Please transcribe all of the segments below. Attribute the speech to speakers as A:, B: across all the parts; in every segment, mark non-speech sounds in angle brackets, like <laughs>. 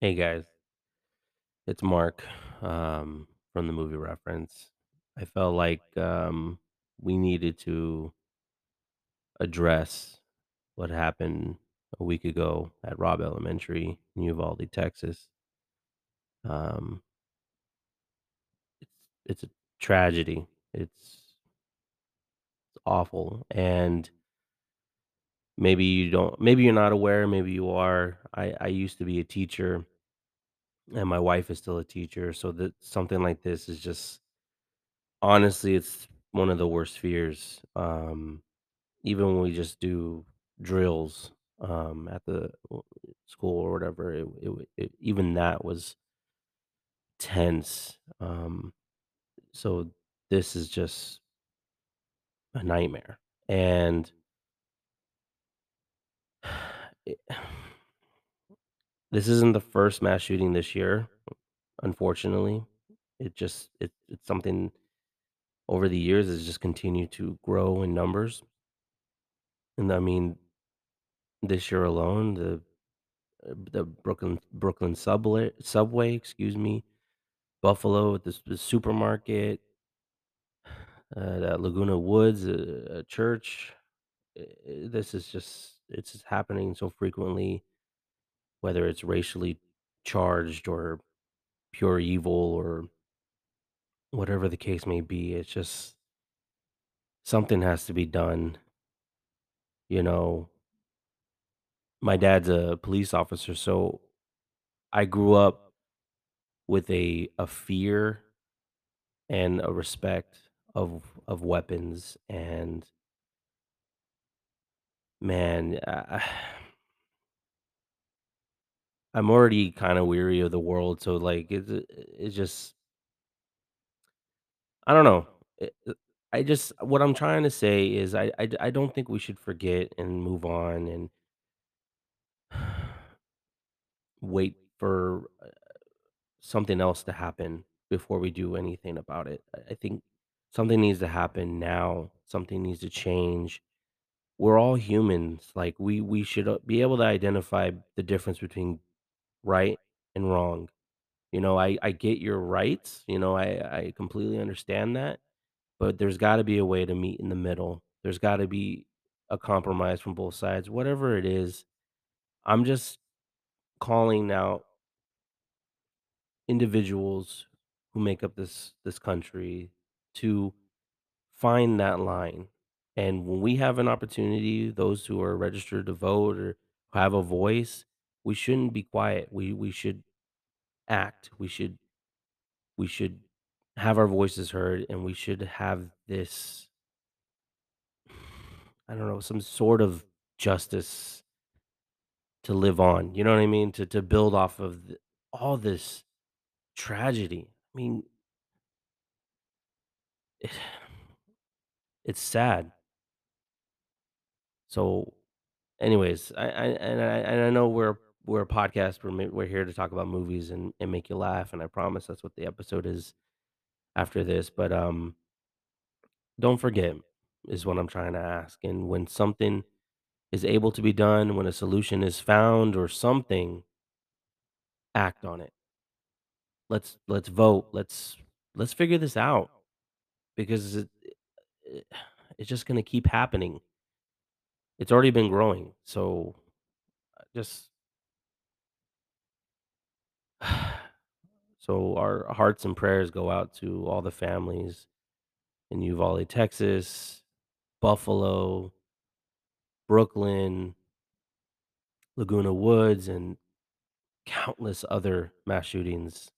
A: Hey guys, it's Mark um, from the movie reference. I felt like um, we needed to address what happened a week ago at Robb Elementary in Uvalde, Texas. Um, it's it's a tragedy. It's, it's awful, and maybe you don't. Maybe you're not aware. Maybe you are. I I used to be a teacher, and my wife is still a teacher. So that something like this is just honestly, it's one of the worst fears. Um, even when we just do drills um, at the w- school or whatever, it, it, w- it, even that was tense. Um, so this is just a nightmare, and <sighs> it, this isn't the first mass shooting this year. Unfortunately, it just it, it's something over the years has just continued to grow in numbers, and I mean this year alone, the uh, the Brooklyn Brooklyn subway subway, excuse me, Buffalo at the, s- the supermarket, <sighs> uh, at Laguna Woods, a, a church. Uh, uh, This is just it's just happening so frequently, whether it's racially charged or pure evil or whatever the case may be. It's just something has to be done. You know, my dad's a police officer, so I grew up with a a fear and a respect of of weapons and man I, i'm already kind of weary of the world so like it's it's just i don't know It- it- i just what i'm trying to say is I, I d- I don't think we should forget and move on and <sighs> wait for uh, something else to happen before we do anything about it i I think something needs to happen now something needs to change we're all humans like we we should uh, be able to identify the difference between right and wrong you know i i get your rights you know i i completely understand that but there's got to be a way to meet in the middle there's got to be a compromise from both sides whatever it is i'm just calling out individuals who make up this this country to find that line and when we have an opportunity those who are registered to vote or who have a voice we shouldn't be quiet we we should act we should we should have our voices heard and we should have this i don't know some sort of justice to live on you know what i mean to to build off of th- all this tragedy i mean <sighs> it's sad so anyways i i and i and i know we're we're a podcast we're, ma- we're here to talk about movies and, and make you laugh and i promise that's what the episode is after this but um don't forget is what i'm trying to ask and when something is able to be done, when a solution is found or something, act on it. Let's let's vote. Let's let's figure this out because it, it- it's just going to keep happening. It's already been growing. So uh, just <sighs> so our hearts and prayers go out to all the families in Uvalde, Texas, Buffalo, Brooklyn, Laguna Woods and countless other mass shootings.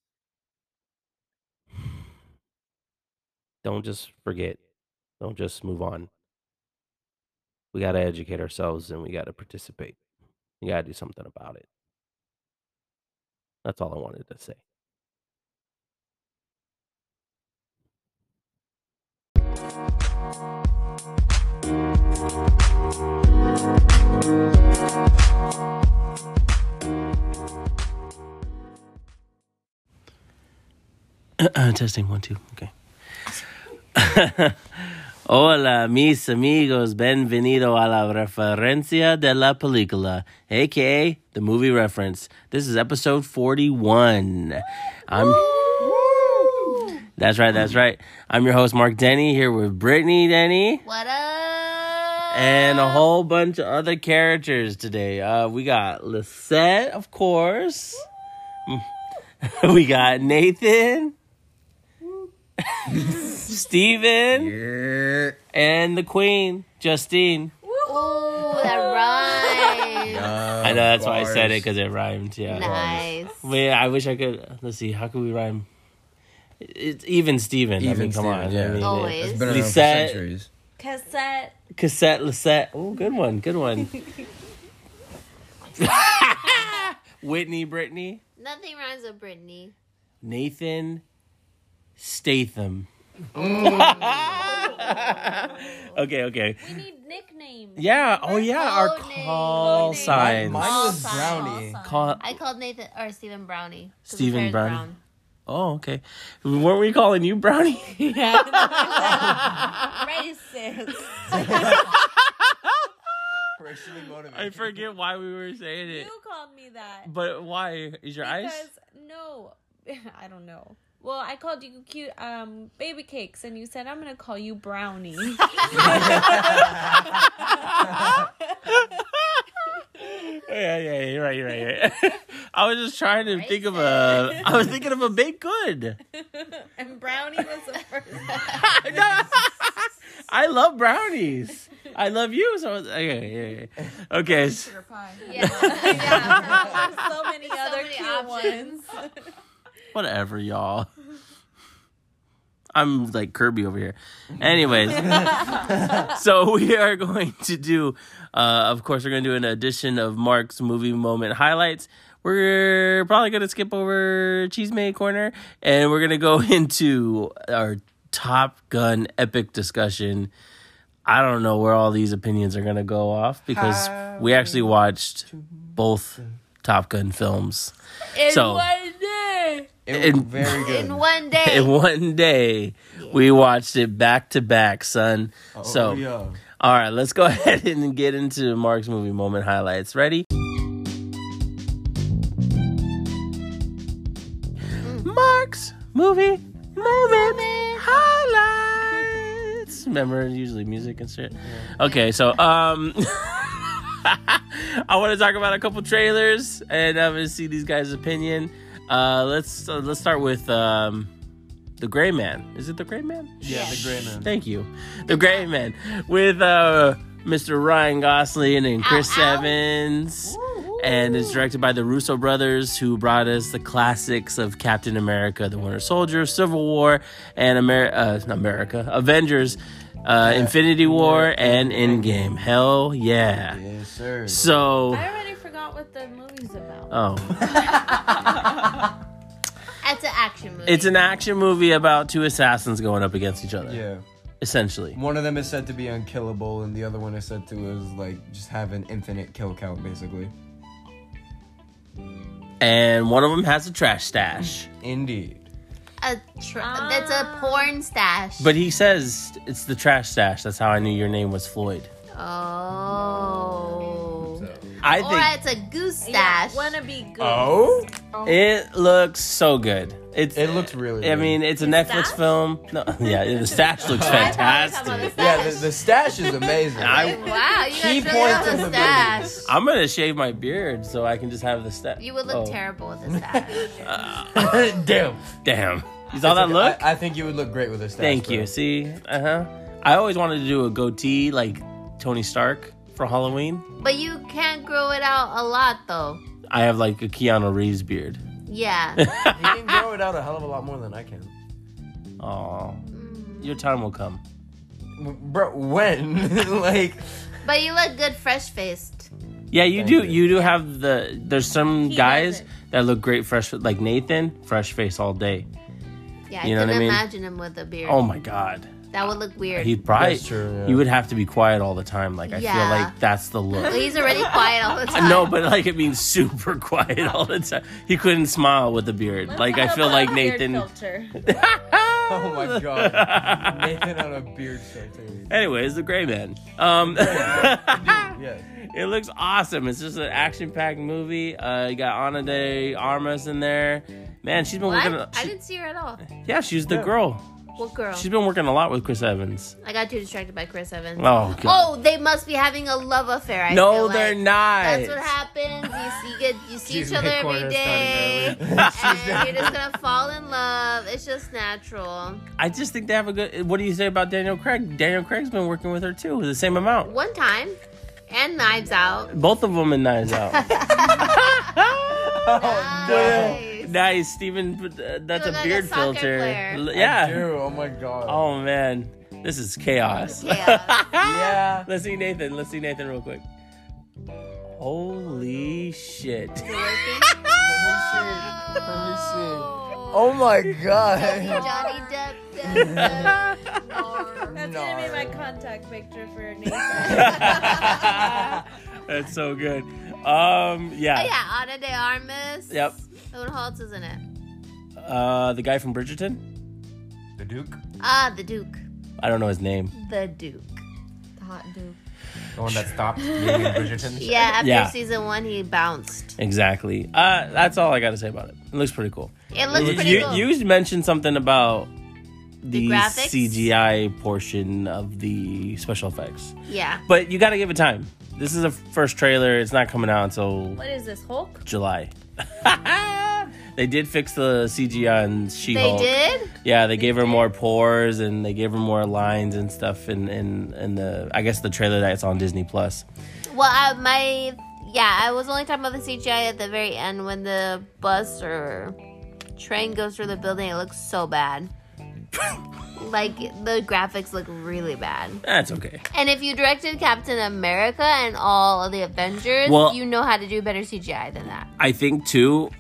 A: <sighs> Don't just forget. Don't just move on. we got to educate ourselves and we got to participate. We got to do something about it. That's all I wanted to say. Testing one, two. Okay. Hola, mis amigos. Bienvenido a la referencia de la película, aka the movie reference. This is episode 41. I'm. That's right, that's right. I'm your host, Mark Denny, here with Brittany Denny
B: What up?
A: and a whole bunch of other characters today. Uh, we got Lisette, of course. <laughs> we got Nathan, <laughs> Steven, and the Queen, Justine.
B: Ooh, that rhymes.
A: I know that's why I said it because it rhymed. Yeah.
B: Nice.
A: Wait, I wish I could. Let's see. How could we rhyme? It's even Steven. I
C: Even
A: mean, come on.
C: Steven, yeah.
A: I mean,
B: Always.
C: It's
B: It's
C: been
A: around
B: been
A: for
C: around
A: Lisette.
C: centuries.
D: Cassette.
A: Cassette, Lisette. Oh, good one. Good one. <laughs> Whitney, Brittany,
B: Nothing rhymes with Brittany.
A: Nathan, Statham. okay, okay.
D: We need nicknames.
A: Yeah. Oh, yeah. Our
B: Code names.
A: call
D: Code names.
A: signs.
C: Mine was
B: signs.
C: brownie.
A: Call-
B: I called Nathan or Stephen Brownie. 'cause his
A: Stephen
B: hair is
A: Brownie. Oh, okay. Weren't we calling you <laughs> Brownie? <laughs>
D: Racist.
A: I forget why we were saying it.
D: you called me that.
A: But why? Is your
D: Because
A: eyes?
D: no, <laughs> I don't know. Well, I called you cute, um, baby cakes, and you said I'm gonna call you brownie.
A: <laughs> yeah, yeah, yeah, you're right, you're right. You're right. <laughs> I was just trying to think of a. I was thinking of a baked good. <laughs>
D: and brownie was the <laughs>
B: <laughs>
D: first.
A: <laughs> I love brownies. I love you. So I was, okay, yeah, yeah. okay. s-
D: Sugar pie.
B: Yeah. yeah.
D: There's <laughs> so many other
B: many
D: cute
B: options.
D: ones. <laughs>
A: Whatever, y'all. I'm like Kirby over here. Anyways, <laughs> so we are going to do, uh, of course, we're going to do an edition of Mark's movie moment highlights. We're probably going to skip over Cheese Made Corner and we're going to go <laughs> into our Top Gun epic discussion. I don't know where all these opinions are going to go off because we actually watched both Top Gun films
D: In
A: So-
D: one day.
C: It was
A: And- <laughs>
C: very good.
B: In one day.
A: in one day we watched it back to back son
C: Oh,
A: so
C: yeah.
A: all right let's go <laughs> ahead and get into mark's movie moment highlights ready mark's movie moment highlights remember usually music and shit okay so um <laughs> I want to talk about a couple trailers, and I'm gonna see these guys' opinion. Uh, let's uh, let's start with um, the Gray Man. Is it the Gray Man?
C: yeah, the gray man.
A: Thank you, the Gray Man with uh, Mr. Ryan Gosling and Chris
B: Ow, ow.
A: Evans, and it's directed by the Russo brothers, who brought us the classics of Captain America: The Winter Soldier, Civil War, and Amer- uh, not America Avengers. Uh, Infinity War and Endgame. Hell yeah.
C: Yes, sir.
A: So.
D: I already forgot what the movie's about.
A: Oh,
B: That's an action movie.
A: it's an action movie about two assassins going up against each other,
C: Yeah.
A: essentially.
C: One of them is said to be unkillable, and the other one is said to is like just have an infinite kill count, basically.
A: And one of them has a trash stash,
C: Indeed.
B: a tr- that's a porn stash.
A: but he says it's the trash stash. That's how I knew your name was Floyd.
B: oh.
A: I
B: Or
A: think
B: it's a goose
D: Yeah,
B: stash.
D: wanna be good.
C: Oh,
A: it looks so good. It's
C: it looks really.
A: I
C: good.
A: mean, it's a Netflix
D: stash?
A: film. No, <laughs> yeah, the stash looks
B: I thought we were talking about the
A: fantastic.
C: yeah, the,
B: stash.
C: the stash is
A: <laughs>
C: amazing.
A: I-
B: wow, you
C: Key
B: guys really have
C: points of
B: a
C: the movie.
B: stash.
A: I'm gonna shave my beard so I can just have the stash.
B: You would look terrible with a stash.
A: Damn, damn. You saw that look?
C: I, I think you would look great with a stash.
A: Thank
C: bro.
A: you. See, uh huh. I always wanted to do a goatee like Tony Stark for Halloween.
B: but you can't grow it out a lot though.
A: I have like a Keanu Reeves beard. <laughs>
B: Yeah.
C: He can grow it out a hell of a lot more than I can.
A: Oh, your time will come.
C: Bro, when? <laughs> like,
B: But you look good fresh faced.
A: Yeah, you
C: Thank
A: do.
C: you.
A: You do have the. There's some
D: He
A: guys
D: doesn't.
A: that look great fresh, like Nathan, fresh face all day.
B: Yeah,
A: You know
B: I
A: what I
B: can
A: mean?
B: imagine him with a beard.
A: Oh my god,
B: That would look weird.
A: He'd probably
C: That's true, yeah.
A: you would have to be quiet all the time. Like I
B: Yeah.
A: feel like that's the
D: <laughs>
B: Well,
A: look.
B: he's already quiet all the
A: <laughs>
B: time.
A: no, but like it means super <laughs> quiet all the time. He couldn't smile with the beard.
D: Let's
A: like I
D: have a
A: feel like
D: beard
A: Nathan.
D: filter.
A: <laughs>
C: Oh my god. Nathan on a beard filter.
A: Anyways, the gray man. Um,
C: Yes.
A: <laughs> it looks awesome. It's just an action-packed movie. Uh, you got Ana de Armas in there. Man, she's been
B: What?
A: working.
B: I
A: she-
B: didn't see her at all.
A: yeah, she's the
C: Yeah.
A: girl.
B: What girl?
A: She's been working a lot with Chris Evans.
B: I got too distracted by Chris Evans.
A: Oh god.
B: Oh, they must be having a love affair. I
A: no,
B: feel
A: they're
B: like.
A: not.
B: That's what happens. You see, you, get, you see
C: She's
B: each other every
C: mid-quarter
B: day,
C: <laughs>
A: <laughs>
C: starting
B: and you're just gonna fall in love. It's just natural.
A: I just think they have a good. What do you say about Daniel Craig? Daniel Craig's been working with her too, the same amount.
B: One time, and Knives Out.
A: Both of them in Knives
B: <laughs>
A: Out. <laughs> Oh,
B: Nice.
A: nice, Steven. put, uh, That's
B: You
A: a
B: look like a
A: beer
B: soccer
A: filter.
B: player.
A: L-
C: I
A: Yeah.
C: do, Oh my god.
A: Oh man, this is chaos.
B: Chaos.
C: Yeah.
A: <laughs> Let's see Nathan. Let's see Nathan real quick. Holy shit. <laughs>
C: Oh my god.
B: Johnny Depp. Depp, Depp.
D: That's gonna be my contact picture for
A: <laughs>
D: Nathan.
A: That's so good. Um,
B: Oh
A: yeah.
B: yeah, Ana de Armas.
A: Yep.
B: Owen Holtz, isn't it?
A: Uh, the guy from Bridgerton.
C: The Duke.
B: Ah, the Duke.
A: I don't know his name.
B: The Duke. The hot Duke.
C: The one that stopped being in Bridgerton.
B: Yeah, after
A: Yeah.
B: season one, he bounced.
A: Exactly. Uh, that's all I got to say about it. It looks pretty cool.
B: It looks
A: You-
B: pretty
A: you,
B: cool.
A: you mentioned something about the,
B: The graphics?
A: CGI portion of the special effects,
B: yeah.
A: but you got to give it time. This is a first trailer. It's not coming out until
D: what is this Hulk?
A: July. <laughs> they did fix the CGI on
B: They
A: She-Hulk.
B: did?
A: Yeah, they gave her more pores and they gave her more lines and stuff in, in, in the I guess the trailer that's on Disney Plus.
B: Well, I, my. Yeah, I was only talking about the CGI at the very end when the bus or train goes through the building. It looks so bad. like, the graphics look really bad.
A: That's okay.
B: And if you directed Captain America and all of the Avengers,
A: Well-
B: you know how to do better CGI than that.
A: I think too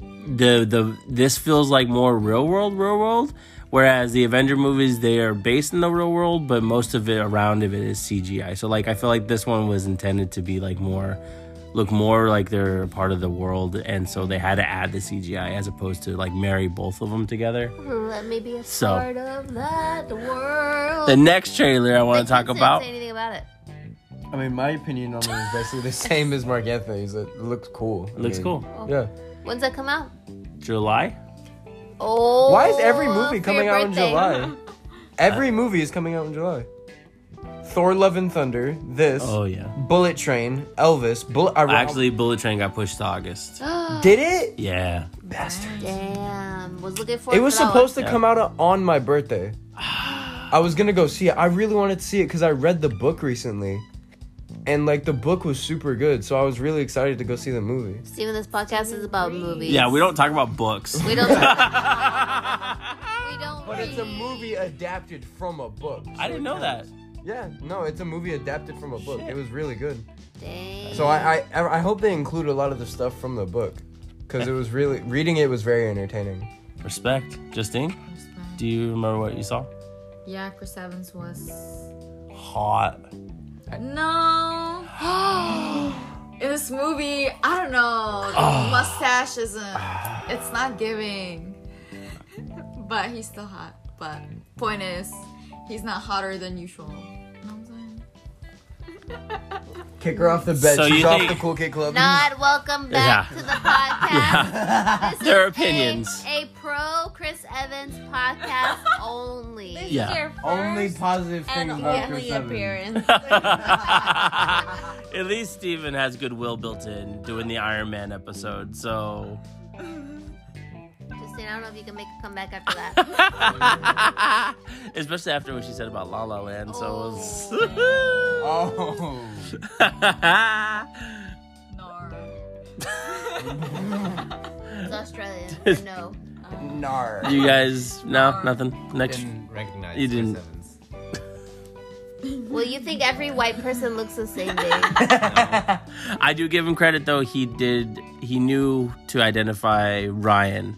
A: the the this feels like more real world real world whereas the Avenger movies they are based in the real world but most of it around of it is CGI. So like I feel like this one was intended to be like more look more like they're a part of the world and so they had to add the CGI as opposed to like marry both of them together.
B: Let me be a
A: So-
B: part of that world.
A: The next trailer I
B: They
A: want to talk
B: didn't
A: about
B: Say anything about it.
C: I mean, my opinion on it is basically the same as Mark Anthony's. It looks cool. I
A: looks
C: mean,
A: cool.
C: Yeah.
B: When's that come out?
A: July?
B: Oh,
C: Why is every
B: for
C: movie
B: your
C: coming out in
B: birthday.
C: July? Every movie is coming out in July. Thor: Love and Thunder. This.
A: Oh yeah.
C: Bullet Train. Elvis. Bullet. I
A: Actually Bullet Train got pushed to August.
B: Oh.
C: did it.
A: Yeah.
C: Bastard.
B: Damn, was looking forward.
C: It was
B: to that
C: supposed to
A: Yeah.
C: come out on my birthday. I was gonna go see it. I really wanted to see it because I read the book recently, and like the book was super good. So I was really excited to go see the movie.
B: One. Steven, this podcast is about movies.
A: Yeah, we don't talk about books.
B: We
A: <laughs>
B: don't. we don't.
C: But it's a
B: read.
C: movie adapted from a book.
A: I didn't know that.
C: Yeah, no, it's a movie adapted from a book.
A: Shit.
C: It was really good.
B: Dang.
C: So I, I I hope they include a lot of the stuff from the book, because it was really reading it was very entertaining.
A: Respect. Justine, do you remember what you saw?
E: Yeah, Chris Evans was.
A: Hot. <laughs>
C: <gasps>
E: No. In this movie, I don't know.
C: Ah.
E: The mustache isn't. It's not giving. But he's still hot. But point is, he's not hotter than usual. You know what I'm saying?
C: Kick her off the bed.
A: So
C: She's
A: you
C: off
A: think-
C: the cool kid club.
B: Not welcome back
A: Yeah.
B: to the podcast. This is
A: Their
B: a-
A: opinions.
B: A, pro Chris Evans podcast only.
D: This
A: Yeah.
D: is your
C: <laughs>
D: first
C: Only positive
D: and
C: things about
D: only
C: Chris Evans.
D: appearance.
A: At least Steven has goodwill built in doing the Iron Man episode, so <laughs>
B: Justin, I don't know if you can make a comeback after
A: <laughs>
B: that.
A: especially after what she said about La La Land, so it was
C: Oh.
E: Nor.
B: It's Australian. I know.
C: Nar.
A: <laughs> You guys no, nothing. Next
F: didn't recognize
A: You didn't.
F: Chris Evans.
B: Well, you think every white person looks the
A: <laughs>
B: same day.
A: I do give him credit though, he did he knew to identify Ryan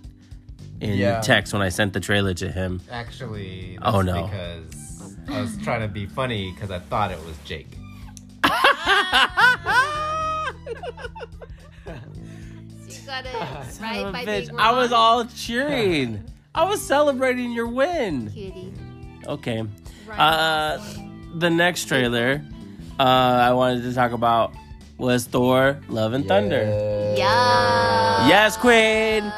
A: in
F: Yeah.
A: text when I sent the trailer to him.
F: Actually, that's
A: Oh, no.
F: because I was trying to be funny because I thought it was Jake.
B: You got it <laughs> right by
A: Bitch,
B: being
A: I was
B: wrong,
A: all cheering. I was celebrating your win.
B: cutie.
A: Okay. Uh, the next trailer uh, I wanted to talk about was Thor: Love and Thunder.
B: Yeah.
A: Yes, Queen.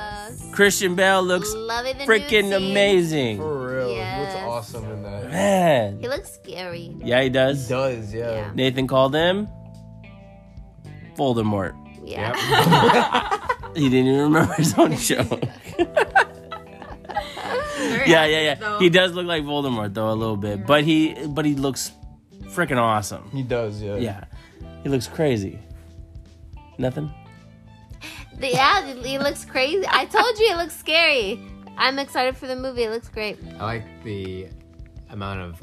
A: Christian Bale looks
B: Loving the
A: freaking
B: nudesy.
A: amazing.
C: For real. He
B: Yes.
C: looks awesome in that.
A: Man.
B: He looks scary.
A: Yeah, he
C: He
A: does.
C: does, yeah.
B: Yeah.
A: Nathan called him Voldemort.
B: Yeah.
A: He didn't even remember his own show. yeah, yeah, yeah. He does look like Voldemort though a little bit, but he but he looks freaking awesome.
C: <laughs> He does, yeah.
A: Yeah, he looks crazy. Nothing.
B: <laughs> The- yeah, he looks crazy. I told you it looks scary. I'm excited for the movie. It looks great.
F: I like the amount of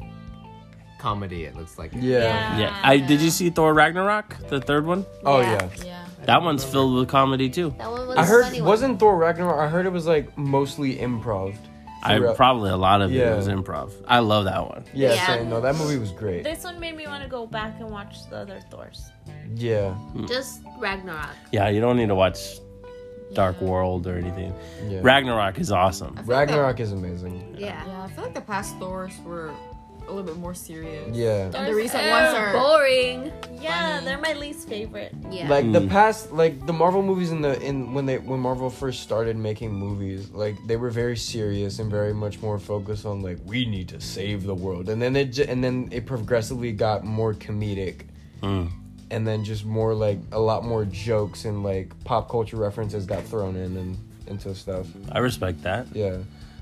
F: comedy it looks like.
C: <laughs> Yeah.
A: Yeah. I did you see Thor Ragnarok, the third one?
C: Oh
B: Yeah.
C: yeah.
E: Yeah.
A: That one's filled with comedy too.
B: That one was
C: I
B: a funny
C: heard
B: one.
C: wasn't Thor Ragnarok. I heard it was like mostly improv.
A: I
C: Throughout-
A: probably a lot of
C: Yeah.
A: it was improv. I love that one.
C: Yeah,
B: Yeah.
C: same. no, that movie was great.
D: This one made me want to go back and watch the other Thors.
C: Yeah,
A: Mm.
B: just Ragnarok.
A: Yeah, you don't need to watch Dark World or anything.
C: yeah.
A: Ragnarok is awesome.
C: Ragnarok is amazing.
B: Yeah.
E: Yeah, I feel like the past Thors were a little bit more serious.
C: Yeah,
E: And the
D: Thors
E: recent
D: are
E: ones are
B: Boring.
D: Yeah, they're my least favorite.
B: Yeah.
C: like
A: Hmm.
C: the past, like the Marvel movies in the in when they when Marvel first started making movies, like they were very serious and very much more focused on like we need to save the world, and then it ju- and then it progressively got more comedic.
A: Hmm.
C: And then just more like a lot more jokes and like pop culture references got thrown in and into stuff.
A: I respect that.
C: Yeah.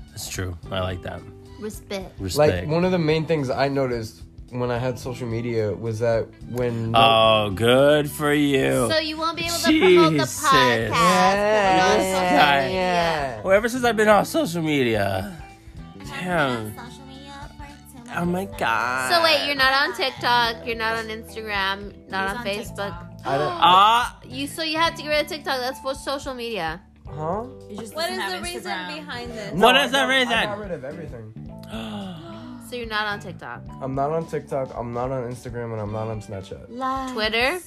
A: That's true. I like that.
B: Respect.
A: Respect.
C: Like one of the main things I noticed when I had social media was that when
A: oh, good for you.
B: So you won't be able to promote the
A: Jesus.
B: podcast.
C: Yeah.
B: on social
A: Yeah.
B: media.
A: Well, ever since I've been on social media. Damn. Oh my god.
B: So wait, you're not on TikTok. You're not on Instagram. Not on, Facebook.
C: I don't,
A: Ah,
B: You so you have to get rid of TikTok. That's for social media.
C: huh?
E: You just
D: What is
E: doesn't
D: the
E: have
D: reason
E: Instagram.
D: behind this?
A: What
C: I
A: is the
C: got-
A: reason?
C: I got rid of everything.
B: So you're not on TikTok.
C: I'm not on TikTok. I'm not on Instagram, and I'm not on Snapchat.
E: Lies.
B: Twitter.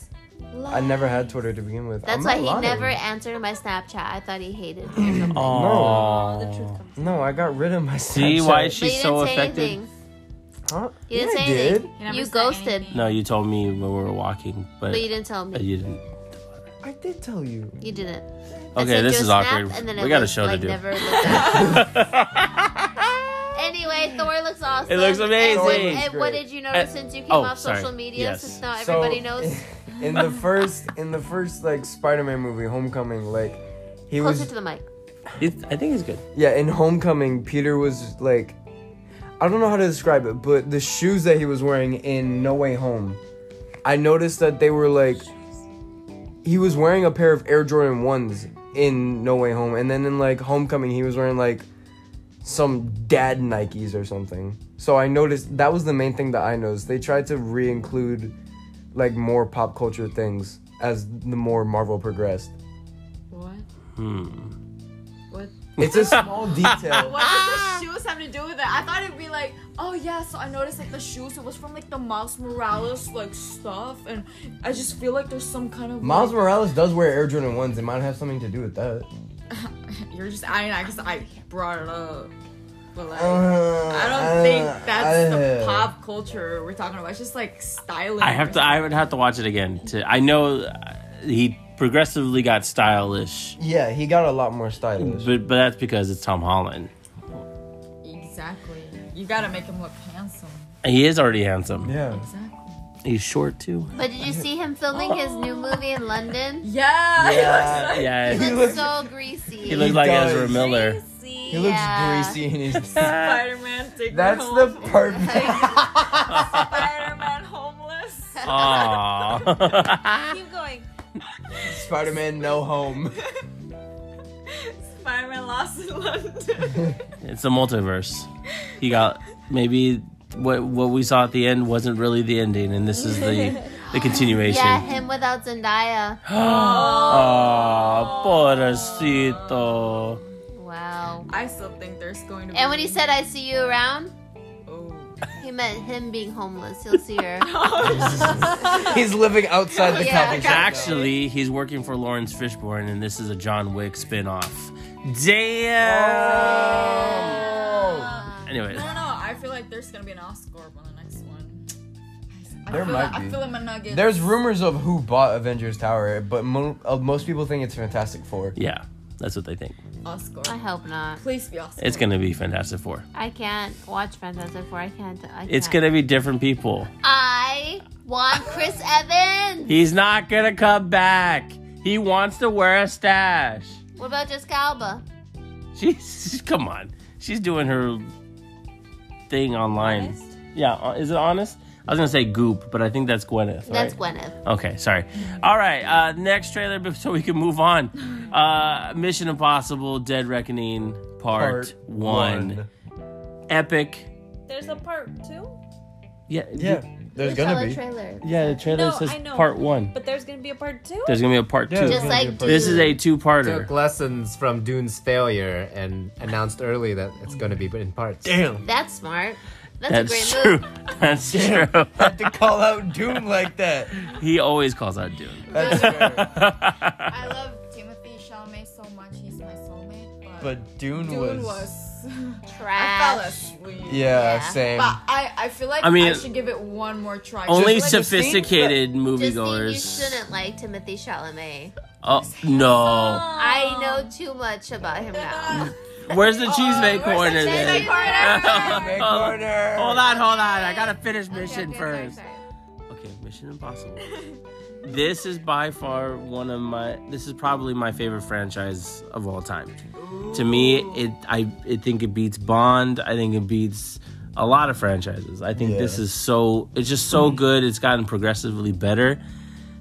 C: I never had Twitter to begin with.
B: That's
C: I'm
B: why
C: not
B: he
C: lying.
B: never answered my Snapchat. I thought he hated me.
A: oh.
C: No.
D: The truth comes.
C: No, I got rid of my Snapchat.
A: See why
B: But
A: she's
B: you
A: so
B: didn't say
A: affected?
B: anything.
C: Huh?
B: You didn't
C: Yeah, I
B: say
C: did.
B: anything.
E: He never
B: You
E: said
B: ghosted.
E: anything.
A: No, you told me when we were walking, but,
B: But you didn't tell
A: but
B: me.
A: you didn't.
C: I did tell you.
B: You didn't. I
A: Okay,
B: sent
A: this
B: you a
A: is
B: snap,
A: awkward.
B: and then it
A: We got a
B: was,
A: show
B: like,
A: to do. <laughs>
B: never looked at. anyway, Thor looks awesome.
A: It looks
B: And what,
A: amazing.
B: and what
C: Great.
B: did you notice
A: Uh,
B: since you came
A: oh,
B: off
A: sorry.
B: social media?
A: Yes.
B: Since now
C: So,
B: everybody
C: <laughs>
B: knows.
C: In the first, in the first like Spider-Man movie, Homecoming, like he
B: Closer
C: was
B: to the mic.
A: It's, I think it's good.
C: Yeah, in Homecoming, Peter was like, I don't know how to describe it, but the shoes that he was wearing in No Way Home, I noticed that they were like, he was wearing a pair of Air Jordan ones in No Way Home, and then in like Homecoming, he was wearing like some dad Nikes or something. So I noticed that was the main thing that I noticed. They tried to re-include like more pop culture things as the more Marvel progressed.
E: What?
A: Hmm.
E: What?
C: It's a small detail.
E: What does the shoes have to do with it? I thought it'd be like, oh yeah, so I noticed like the shoes. It was from like the Miles Morales like stuff, and I just feel like there's some kind of
C: Miles Morales does wear Air Jordan ones. It might have something to do with that.
E: You're just eyeing that because I brought it up, but like.
C: Uh,
E: I don't think that's the pop culture we're talking about. It's just like styling.
A: I have to. I would have to watch it again. To I know uh, he progressively got stylish,
C: Yeah, he got a lot more stylish.
A: but but that's because it's Tom Holland.
E: Exactly. You gotta make him look handsome.
A: And He is already handsome.
C: yeah.
E: Exactly.
A: He's short too.
B: But did you see him filming his new movie in London?
E: Yeah.
C: Yeah.
A: Yeah, <laughs>
B: He
A: he
B: looks so greasy.
A: he looks
C: He
A: like
C: does.
A: Ezra Miller.
C: He looks
B: yeah.
C: greasy
A: <laughs>
C: and he's.
E: Spider-Man take me
C: That's
E: home.
C: the perfect. <laughs>
E: Spider-Man homeless.
A: Aww.
D: Keep going.
C: Spider Man No Home.
E: Spider-Man lost in London.
A: <laughs> it's a multiverse. He got maybe what what we saw at the end wasn't really the ending, and this is the the continuation.
B: <laughs>
A: <gasps>
B: Yeah, him without Zendaya.
A: oh, pobrecito.
B: Wow. Wow.
E: <laughs> I still think there's going to be.
B: And when he said, I see you around,
E: Oh.
B: he meant him being homeless. He'll see
E: <laughs>
B: her.
C: He's living outside the
B: Yeah,
C: coffee shop.
A: Actually, he's working for Lawrence Fishburne, and this is a John Wick spinoff. Damn.
B: Uh,
A: Anyway,
E: No, no, no. I feel like there's gonna be an Oscar on the next one. I
C: There
E: feel
C: might
E: it-
C: be.
E: I feel it, my nugget.
C: There's rumors of who bought Avengers Tower, but mo- uh, most people think it's Fantastic Four.
A: yeah, that's what they think.
E: Oscar.
B: I hope not.
E: Please be Oscar.
A: It's gonna be Fantastic Four.
B: I can't watch Fantastic Four. I can't. I
A: It's
B: can't.
A: gonna be different people.
B: I want Chris Evans.
A: He's not gonna come back. He wants to wear a stash. <laughs>
B: What about Jessica Alba?
A: She's come on. She's doing her thing online. Yeah, uh, is it honest? I was gonna say Goop, but I think that's Gwyneth.
B: That's
A: right?
B: Gwyneth.
A: Okay, sorry. All right, uh, next trailer bef- so we can move on. Uh, Mission Impossible: Dead Reckoning Part, one. Epic.
D: There's a part two,
A: Yeah,
C: Yeah, there's gonna be.
B: trailer.
A: yeah. The trailer
D: No,
A: says
D: I know.
A: Part one.
D: but there's gonna be a part two.
A: There's gonna be a part
C: Yeah,
A: two.
C: there's
B: Just
C: gonna be
B: like
C: a part-
A: this is a two-parter.
F: Took lessons from Dune's failure and announced early that it's going to be in parts.
C: Damn,
B: That's smart. That's, a
A: That's
B: great
A: true. <laughs>
B: move.
A: That's true.
C: had to call out Doom like that.
A: he always calls out
C: <laughs>
A: Dune.
C: That's fair.
E: I love Timothy Chalamet so much. He's my soulmate. But,
C: But Dune,
E: Dune
C: was.
E: was. <laughs> I fell
B: Trash.
E: asleep.
C: Yeah,
B: Yeah.
C: same.
E: But I, I feel like
A: I
E: I,
A: mean,
E: should give it one more try.
A: Only
C: like the scene-
A: sophisticated
B: Just mean you
A: moviegoers.
B: shouldn't like Timothy Chalamet.
A: Oh no!
B: I know too much about him now.
A: Where's the cheesecake corner? Then?
B: cheesecake corner?
A: Uh, <laughs> Hold on, hold on. I gotta finish mission
B: Okay, sorry,
A: first.
B: sorry.
A: Okay, Mission
B: <laughs>
A: Impossible. this is by far one of my. This is probably my favorite franchise of all time. To me, it I I think it beats Bond. I think it beats a lot of franchises. I think this
C: Yeah.
A: is so. It's just so
B: Mm-hmm.
A: good. It's gotten progressively better.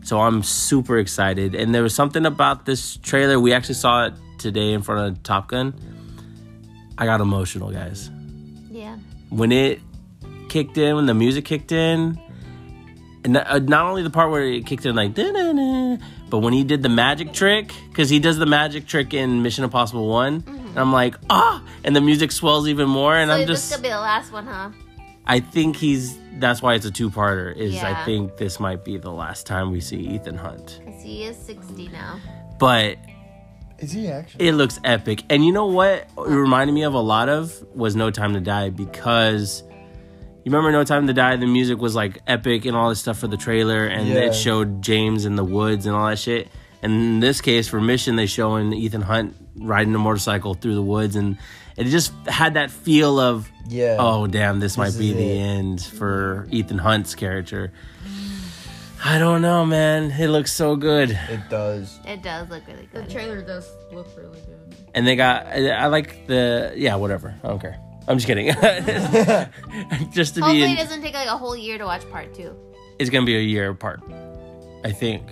A: So I'm super excited. And there was something about this trailer. We actually saw it today in front of Top Gun. I got emotional, guys
B: Yeah.
A: when it kicked in, when the music kicked in, and not, uh, not only the part where it kicked in like, "Da-na-na," but when he did the magic trick, because he does the magic trick in Mission Impossible One, and I'm like, ah, and the music swells even more, and
B: so
A: I'm
B: this
A: just,
B: could be the last one, huh?
A: I think he's, that's why it's a two-parter. Is I
B: Yeah.
A: think this might be the last time we see Ethan Hunt,
B: Because he is 60 now.
A: but
C: Is he actually?
A: It looks epic. And you know what it reminded me of a lot of was No Time to Die because you remember No Time to Die, the music was like epic and all this stuff for the trailer and
C: Yeah.
A: it showed James in the woods and all that shit. And in this case for Mission they showing Ethan Hunt riding a motorcycle through the woods and it just had that feel of
C: Yeah.
A: oh damn this, might
C: is
A: be the
C: it.
A: end for Ethan Hunt's character. I don't know, man. It looks so good.
C: It does.
B: It does look really
E: The
B: good.
E: trailer does look really good.
A: and they got I, I like the yeah whatever i don't care i'm just kidding <laughs> just to be
B: Hopefully,
A: in,
B: it doesn't take like a whole year to watch part two.
A: it's gonna be a year apart i think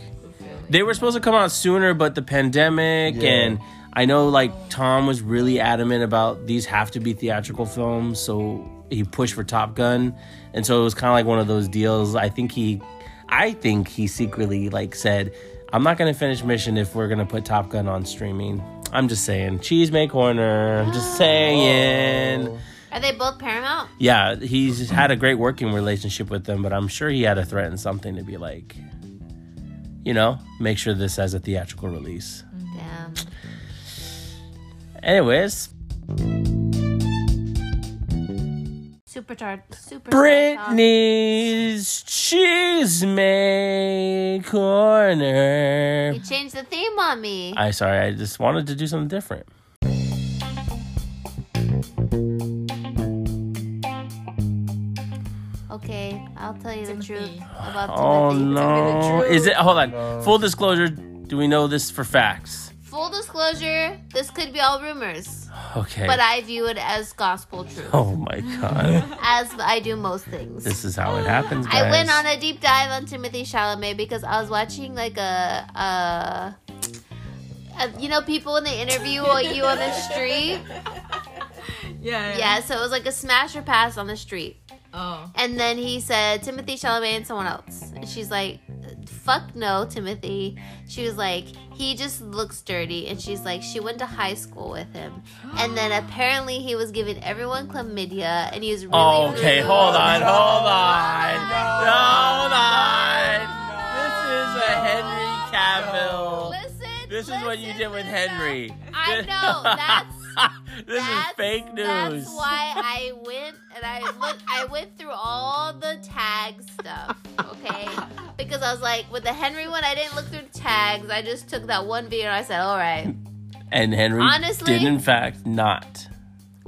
A: they were supposed to come out sooner but the pandemic
C: Yeah.
A: and i know like tom was really adamant about these have to be theatrical films so he pushed for top gun and so it was kind of like one of those deals i think he i think he secretly like said i'm not gonna finish mission if we're gonna put top gun on streaming i'm just saying cheese may corner i'm just saying
B: Are they both Paramount?
A: yeah, he's had a great working relationship with them, but I'm sure he had to threaten something to be like, you know, make sure this has a theatrical release.
B: Damn.
A: Anyways,
B: Superstar. Super.
A: Brittany's Cheese May Corner.
B: You changed the theme on me.
A: I sorry, I just wanted to do something different.
B: Okay, I'll tell you the truth about
A: Oh
B: Timothy.
A: no. Is it hold on. Full disclosure, do we know this for facts?
B: Full disclosure, this could be all rumors,
A: Okay.
B: but I view it as gospel truth,
A: oh my
B: <laughs>
A: god.
B: as I do most things.
A: this is how it happens, guys.
B: I went on a deep dive on Timothy Chalamet because I was watching like a, a, a you know, people when they interview you on the street.
E: Yeah.
B: Yeah, so it was like a smash or pass on the street.
E: Oh.
B: And then he said Timothy Chalamet and someone else. And she's like, "Fuck no, Timothy." She was like, He just looks dirty, and she's like, she went to high school with him, and then apparently he was giving everyone chlamydia, and he was really
A: Okay,
B: rude.
A: hold on, hold on, hold on. This is a Henry Cavill.
B: Listen,
A: This is what you
B: listen,
A: did with
B: listen.
A: Henry.
B: I know, that's-
A: <laughs> this is
B: That's-
A: fake news.
B: That's why I went and I looked. I went through all the tag stuff, okay? Because I was like, with the Henry one, I didn't look through tags. I just took that one video and I said, all right,
A: and Henry
B: Honestly-
A: did in fact not.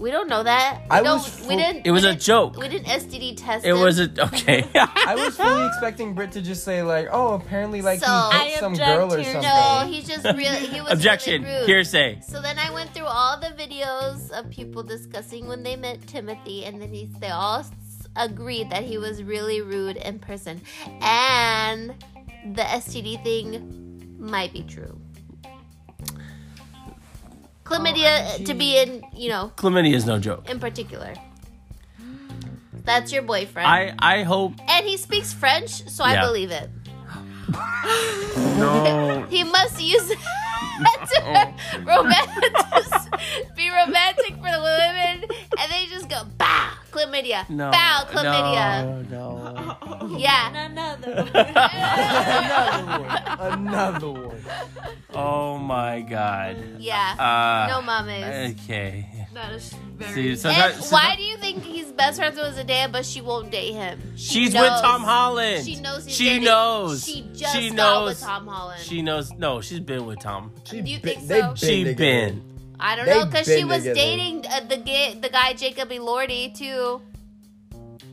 B: we don't know that. We
C: I
B: don't.
C: was fu-
B: we didn't.
A: It was
B: we
A: a
B: didn't-
A: joke.
B: We didn't STD test.
A: It was a okay.
C: I was fully expecting Brit to just say like, "Oh, apparently like
B: So-
C: he
D: I
C: hit some
D: object
C: girl or
D: here.
C: something."
B: No, he's just <laughs> really. He was
A: <laughs> Objection.
B: Really rude.
A: Hearsay.
B: So then I went through all the videos of people discussing when they met Timothy, and then he, they all s- agreed that he was really rude in person. And the STD thing might be true.
A: Oh,
B: Chlamydia, uh, to be in, you know,
A: Chlamydia is no joke.
B: in particular. That's your boyfriend.
A: I I
B: <laughs>
A: hope
B: and he speaks French, so
A: Yeah.
B: I believe it.
A: no.
B: He must use <laughs> it to romantic, be romantic for the women, and they just go bow chlamydia,
A: No.
B: bow chlamydia.
A: No. no.
B: Yeah,
D: <laughs> Another.
B: <laughs>
C: another one, <laughs> another one.
A: Oh my god.
B: yeah.
A: Uh,
B: no mames.
A: Okay.
E: That is very.
A: See, so
B: and
A: that, so
B: why
A: that-
B: do you think he's best friends with Zendaya, but she won't date him? She
A: she's
B: knows.
A: with Tom Holland.
B: She knows. He's
A: She
B: dirty.
A: knows.
B: She just
A: She
B: got
A: knows.
B: with Tom Holland.
A: She knows. No, she's been with Tom.
B: Do you think
C: They
B: so?
A: She
C: together.
A: been.
B: I don't
C: They've
B: know because she
C: been
B: was
C: together.
B: dating uh, the gay, the guy Jacob Elordi too.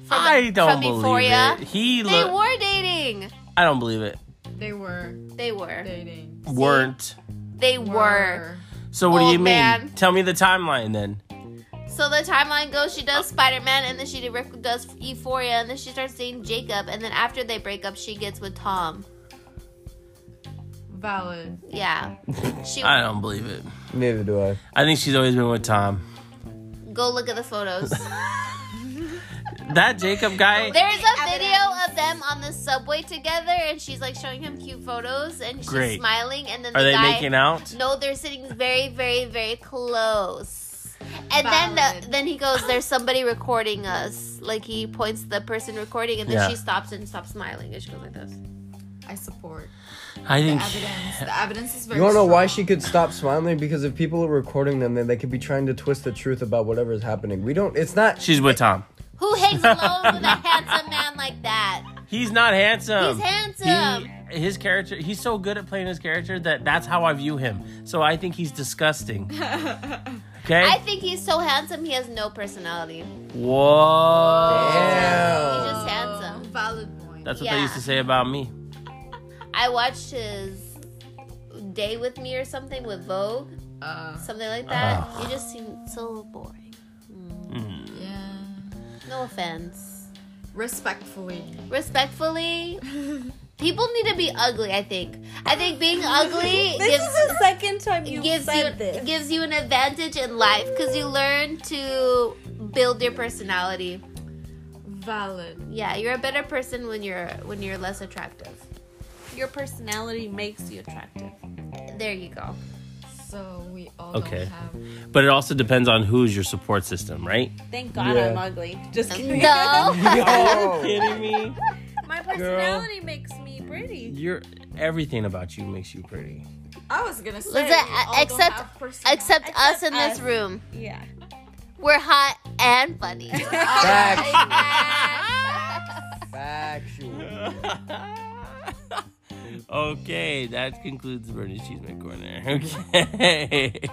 B: From,
A: I don't
B: from
A: believe
B: Euphoria.
A: it. He
B: They
A: look.
B: were dating.
A: I don't believe it.
E: They were
B: They were.
E: dating.
A: Weren't.
B: They were.
A: So what do
B: Old
A: you mean?
B: man.
A: Tell me the timeline then.
B: So the timeline goes: she does Spider Man, and then she did- does Euphoria, and then she starts dating Jacob, and then after they break up, she gets with Tom.
E: Valid.
B: Yeah,
A: <laughs>
B: she
A: I don't believe it.
C: Neither do I.
A: I think she's always been with Tom.
B: go look at the photos.
A: That Jacob guy.
B: There's a video of them on the subway together, and she's like showing him cute photos, and she's
A: Great.
B: smiling, and then the
A: Are they
B: guy.
A: making out?
B: No, they're sitting very, very, very close. And then the,
E: Valid.
B: then he goes, "There's somebody recording us." Like he points the person recording, and then
A: Yeah.
B: she stops and stops smiling, and she goes like this.
E: I support
A: I
E: the
A: <laughs> think.
E: evidence. The evidence is very.
C: You wanna know why
E: strong.
C: she could stop smiling? Because if people are recording them, then they could be trying to twist the truth about whatever is happening. We don't. It's not.
A: She's with Tom.
B: Who hangs alone with a handsome man like that?
A: He's not handsome.
B: He's handsome.
A: He, his character, he's so good at playing his character that that's how I view him. So I think he's
B: <laughs>
A: disgusting. Okay?
B: I think he's so handsome he has no personality.
A: Whoa.
B: He's
D: Oh.
C: Damn.
B: just handsome.
E: Valid point.
A: That's what they
B: Yeah.
A: used to say about me.
B: I watched his day with me or something with Vogue,
E: Uh,
B: something like that. He just seemed so boring.
E: yeah.
B: No offense.
E: Respectfully.
D: <laughs>
B: Respectfully, people need to be ugly. I think. I think being ugly
D: <laughs> This
B: gives
D: is the second time you
B: gives
D: said
B: you
D: this.
B: gives you an advantage in life because you learn to build your personality.
E: Valid.
B: Yeah, you're a better person when you're when you're less attractive.
D: Your personality makes you attractive.
B: There you go.
E: So we all
A: Okay.
E: don't have.
A: But it also depends on who's your support system, right?
D: Thank God
C: Yeah.
D: I'm ugly. Just kidding.
B: No.
C: Yo.
A: Kidding me?
D: <laughs> My personality makes me pretty.
A: You're everything about you makes you pretty.
E: I was gonna say.
B: Listen,
E: we all don't
B: except-
E: have
B: <laughs>
E: personality.
B: Except us in this
D: us.
B: room.
D: Yeah.
B: We're hot and funny. <laughs>
C: Facts.
B: Amen.
C: Factual.
A: <laughs> okay, that concludes Bernie's Cheese My Corner. <laughs> Okay.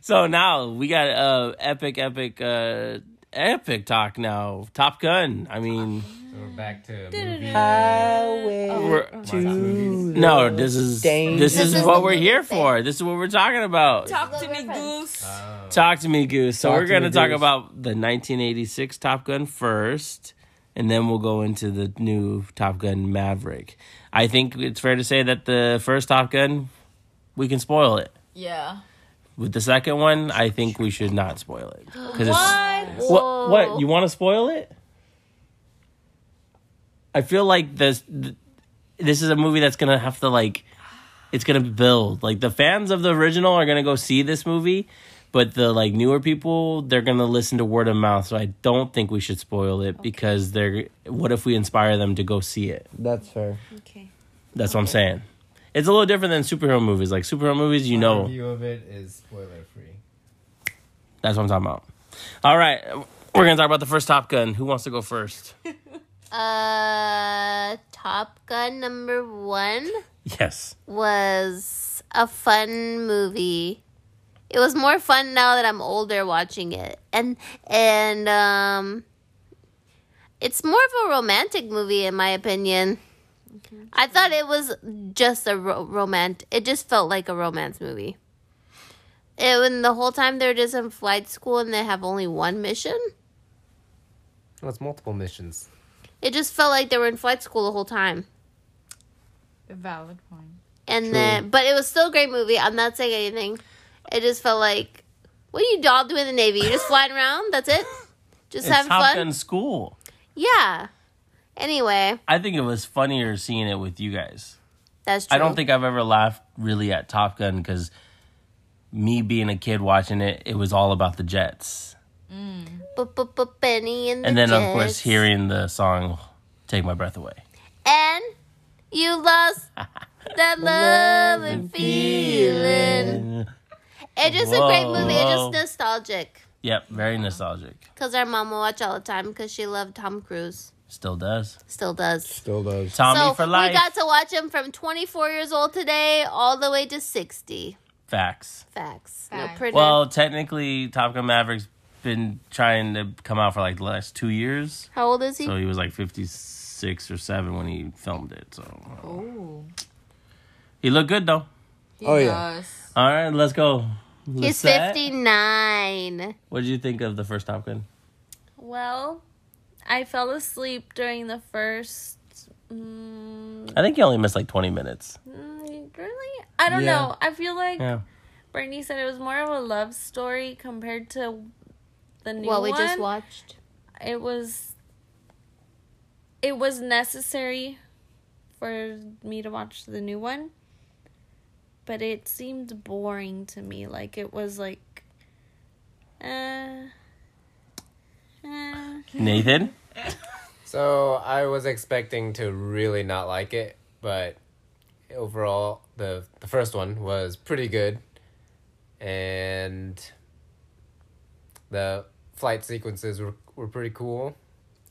A: so now we got uh epic, epic, uh epic talk now. Top Gun. I mean,
F: So we're back to movies.
A: we're,
F: Movies.
A: no, this is this is
B: This is
A: what
B: the
A: we're here
B: movie thing.
A: for. This is what we're talking about.
D: Talk to
B: Love
D: me,
B: reference.
D: goose.
F: Oh.
A: Uh, Talk to me, Goose. So
C: Talk
A: we're
C: to
A: gonna
C: me,
A: talk
C: Goose.
A: about the 1986 Top Gun first, and then we'll go into the new Top Gun Maverick. I think it's fair to say that the first Top Gun, we can spoil it.
E: Yeah.
A: With the second one, I think we should not spoil it because it's
D: What?
A: what what you want to spoil it. I feel like this. th- this is a movie that's gonna have to like it's gonna build. Like the fans of the original are gonna go see this movie, but the like newer people they're gonna listen to word of mouth. So I don't think we should spoil it because they're what if we inspire them to go see it?
C: That's fair.
B: Okay.
A: That's what I'm saying. It's a little different than superhero movies. Like superhero movies, you know.
F: Review of it is spoiler free.
A: That's what I'm talking about. All right, we're gonna talk about the first Top Gun. Who wants to go first?
B: Uh, Top Gun number one
A: Yes.
B: was a fun movie. It was more fun now that I'm older watching it, and and um, it's more of a romantic movie in my opinion. I thought it was just a ro- romance. It just felt like a romance movie. It, when the whole time they're just in flight school and they have only one mission.
F: Well, it's multiple missions.
B: It just felt like they were in flight school the whole time.
E: A valid point.
B: And then, but it was still a great movie. I'm not saying anything. It just felt like, what are you all doing in the Navy? You're just flying around? That's it? Just
A: it's
B: having
A: Top
B: fun?
A: Gun School.
B: Yeah. Anyway,
A: I think it was funnier seeing it with you guys.
B: that's true.
A: I don't think I've ever laughed really at Top Gun because me being a kid watching it, it was all about the jets.
B: Benny and the
A: And then, of course,
B: Jets.
A: hearing the song Take My Breath Away.
B: And
A: <laughs>
B: you lost that love and feeling. It's just a great
A: Whoa,
B: movie. It's
A: whoa.
B: just nostalgic.
A: Yep, very nostalgic.
B: Because our mom will watch all the time because she loved Tom Cruise.
A: Still does.
B: Still does.
C: Still does.
A: Tommy
B: so
A: for life.
B: we got to watch him from 24 years old today all the way to 60.
A: Facts.
B: Facts. No
E: Facts.
B: printer.
A: Well, technically, Top Gun Maverick's been trying to come out for like the last two years.
B: How old is he?
A: So he was like 56 or 7 when he filmed it. So
E: Oh.
A: he looked good, though.
E: He
C: Oh,
E: does.
C: yeah.
A: All right, let's go.
B: He's
A: Lisette,
B: 59.
A: What did you think of the first Top Gun?
D: Well, I fell asleep during the first. Mm,
A: I think you only missed like 20 minutes.
D: mm, really? I don't
C: Yeah.
D: know. I feel like
A: Yeah.
D: Brittany said it was more of a love story compared to the new
B: What we
D: one.
B: just watched.
D: it was it was necessary for me to watch the new one but it seemed boring to me like it was like uh, uh,
A: Nathan? <laughs>
F: So I was expecting to really not like it, but overall, the the first one was pretty good, and the flight sequences were were pretty cool.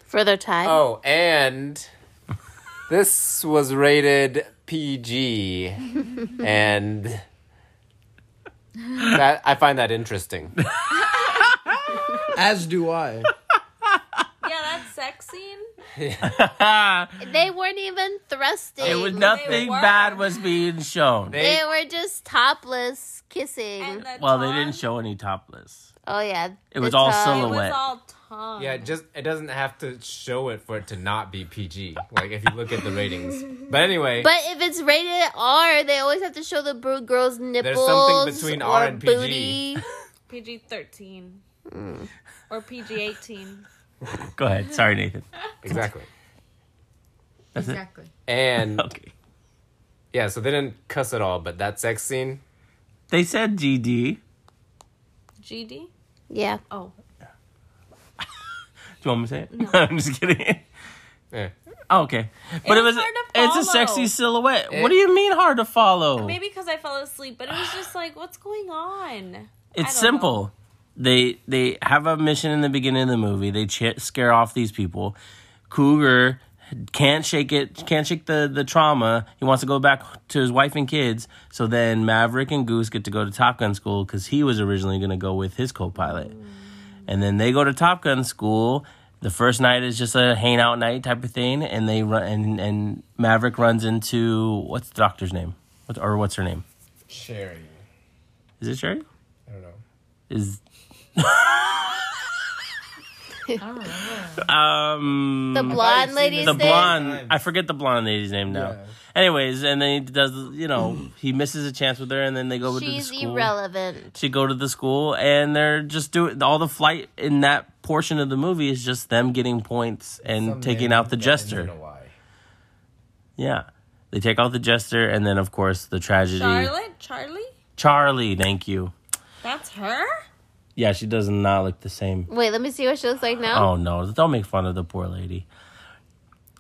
B: Further time.
F: Oh, and this was rated PG, and that I find that interesting.
C: As do I.
D: yeah that sex scene
A: it
B: They weren't even thrusting.
A: Ah, was nothing
D: were.
A: bad was being shown.
F: They-
B: They were just topless kissing.
D: and uh, the
A: well, they
D: tongue,
A: didn't show any topless.
B: oh, yeah.
A: It was
B: The
A: all
B: tongue.
D: it was
A: Wet.
D: all tongue
F: Yeah, just it doesn't have to show it for it to not be PG. Like if you look at the ratings. But anyway,
B: But if it's rated R, they always have to show the bro- girl's nipples
F: between
B: or
F: R and PG.
B: booty.
D: pg-13 Mm. or pg-18
A: Go ahead. Sorry, Nathan.
F: exactly.
E: Exactly.
F: And
A: Okay.
F: yeah, so they didn't cuss at all, but that sex scene,
A: They said GD. Do
D: gd
B: Yeah.
D: oh
A: you want me to say it? <laughs> I'm just kidding.
F: eh,
A: Oh, okay. But
D: It
A: it was,
D: was hard to
A: it's a
D: follow.
A: sexy silhouette. what
F: It-
A: do you mean hard to follow?
D: maybe because i fell asleep but it was just like what's going
A: It's
D: on I don't know.
A: simple. They they have a mission in the beginning of the movie. They ch- scare off these people. Cougar can't shake it. Can't shake the the trauma. He wants to go back to his wife and kids. So then Maverick and Goose get to go to Top Gun school because he was originally going to go with his co-pilot.
D: Mm.
A: And then they go to Top Gun school. The first night is just a hangout night type of thing, and they run and, and Maverick runs into what's the doctor's name, what, or what's her name?
F: Sherry.
A: Is it Sherry?
F: I don't know.
A: Is
E: I don't remember.
A: um
B: The blonde
F: seen
B: lady's
A: the
B: name?
A: blonde
F: Times.
A: i forget the blonde lady's name now
F: Yeah.
A: anyways and then he does you
F: <clears throat>
A: know he misses a chance with her and then they go to the
B: She's
A: school
B: irrelevant.
A: she go to the school and they're just doing all the flight in that portion of the movie is just them getting points and
F: Some
A: taking
F: name
A: out the
F: that ends
A: jester
F: in a Y.
A: yeah They take out the jester, and then of course the tragedy.
D: Charlotte? Charlie?
A: Charlie, thank you.
D: That's her?
A: Yeah, she does not look the same.
B: Wait, let me see what she looks like now.
A: Oh no, don't make fun of the poor lady.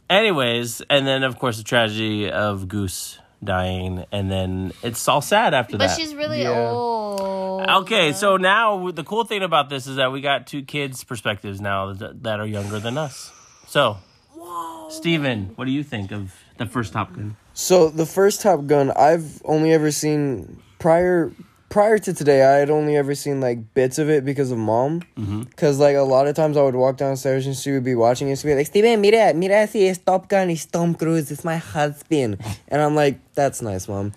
A: Anyways, and then of course the tragedy of Goose dying, and then it's all sad after
B: but
A: that.
B: she's really
C: Yeah.
B: old.
A: Okay, so now the cool thing about this is that we got two kids' perspectives now that, that are younger than us. So, Steven, what do you think of the first Top Gun?
C: So the first Top Gun, I've only ever seen prior prior to today. I had only ever seen like bits of it because of mom. Because like a lot of times I would walk downstairs and she would be watching it. She'd be like, "Steven, mira, mira, si es Top Gun, it's Tom Cruise, it's my husband." And I'm like, "That's nice, mom."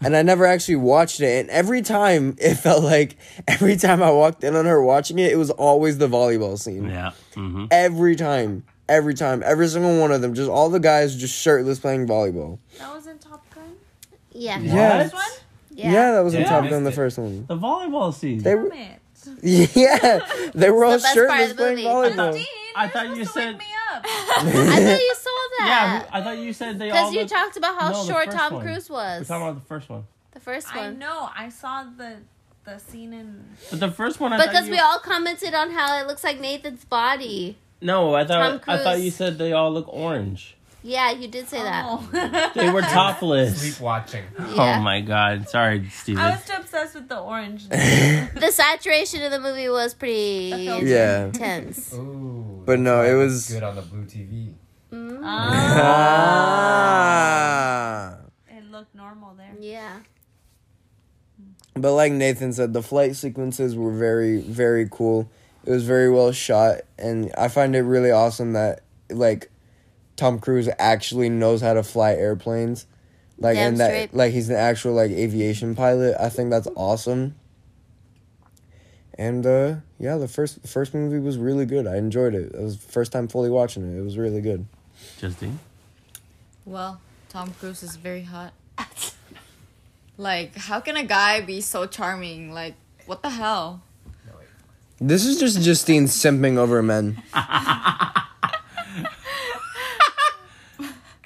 C: And I never actually watched it. And every time it felt like every time I walked in on her watching it, it was always the volleyball scene
A: Yeah, hmm
C: every time. Every time, every single one of them, just all the guys just shirtless playing volleyball.
D: That was in Top Gun?
B: Yeah.
C: Yeah.
A: What?
B: Yeah.
C: Yeah, that was on
A: Yeah, I
C: Top Gun, the
A: missed it.
C: first one.
A: the volleyball scene.
C: They were, <laughs>
D: Damn it.
C: yeah, they were all
B: It's the best part
C: shirtless
B: of the
C: playing
B: movie.
D: Oh,
C: volleyball.
A: I thought you said.
B: I thought you saw
A: Yeah,
B: that.
A: I thought you said they all.
B: Because you
A: looked-
B: talked about how
A: No, the
B: short
A: first
B: Tom
A: one.
B: Cruise
A: We're
B: was.
A: talking about the first one,
B: the first
D: I
B: one.
D: know. I saw the the scene in
A: but the first one I thought
B: Because
A: you-
B: we all commented on how it looks like Nathan's body.
A: No, I thought I
B: Tom
A: thought you
B: Cruise.
A: said they all look orange.
B: Yeah, you did say that.
D: Oh.
A: They were topless.
F: Sleep watching.
B: Yeah.
A: <laughs> Oh my god! Sorry, Steven.
D: <laughs> I was too obsessed with the <laughs> orange.
C: <laughs>
B: The saturation in the movie was pretty
D: Okay.
C: Yeah,
B: intense.
F: Ooh.
C: But no, it was-
F: good on the blue TV.
B: Mm-hmm.
D: Ah,
C: ah.
D: it looked normal there.
B: Yeah.
C: But like Nathan said, the flight sequences were very, very cool. It was very well shot, and I find it really awesome that like Tom Cruise actually knows how to fly airplanes. Like
B: Damn
C: and that
B: straight.
C: like he's an actual like aviation pilot. I think that's awesome. And uh yeah, the first the first movie was really good. I enjoyed it. It was the first time fully watching it. It was really good.
A: Justine.
E: Well, Tom Cruise is very hot. like, how can a guy be so charming? Like, what the hell?
C: This is just Justine simping over men.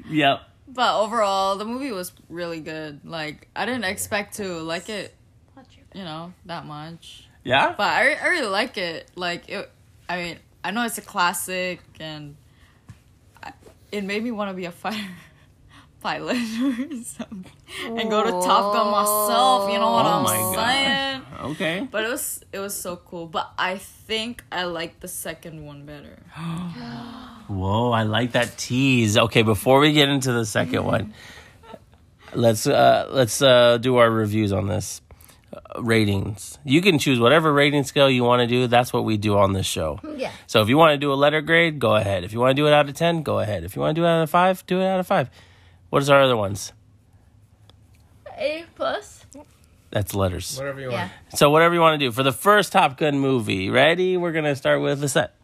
A: Yep.
E: But overall, the movie was really good. Like, I didn't expect to like it, you know, that much.
A: Yeah.
E: But I, I really like it. Like, it, I mean, I know it's a classic, and I, it made me want to be a fighter <laughs> pilot or something, and go to Top Gun myself. You know what
A: Oh
E: I'm
A: my God.
E: saying?
A: Okay.
E: But it was it was so cool. But I think I like the second one better.
A: Whoa, I like that tease. Okay, before we get into the
D: Mm-hmm.
A: second one, let's uh let's uh do our reviews on this. Uh, ratings. You can choose whatever rating scale you want to do. That's what we do on this show.
B: Yeah.
A: So if you want to do a letter grade, go ahead. If you want to do it out of 10, go ahead. If you want to do it out of 5, do it out of 5. What is our other ones?
B: A plus.
A: That's letters.
F: Whatever you
B: Yeah.
F: want.
A: So whatever you want to do for the first Top Gun movie. Ready? We're going to start with the set.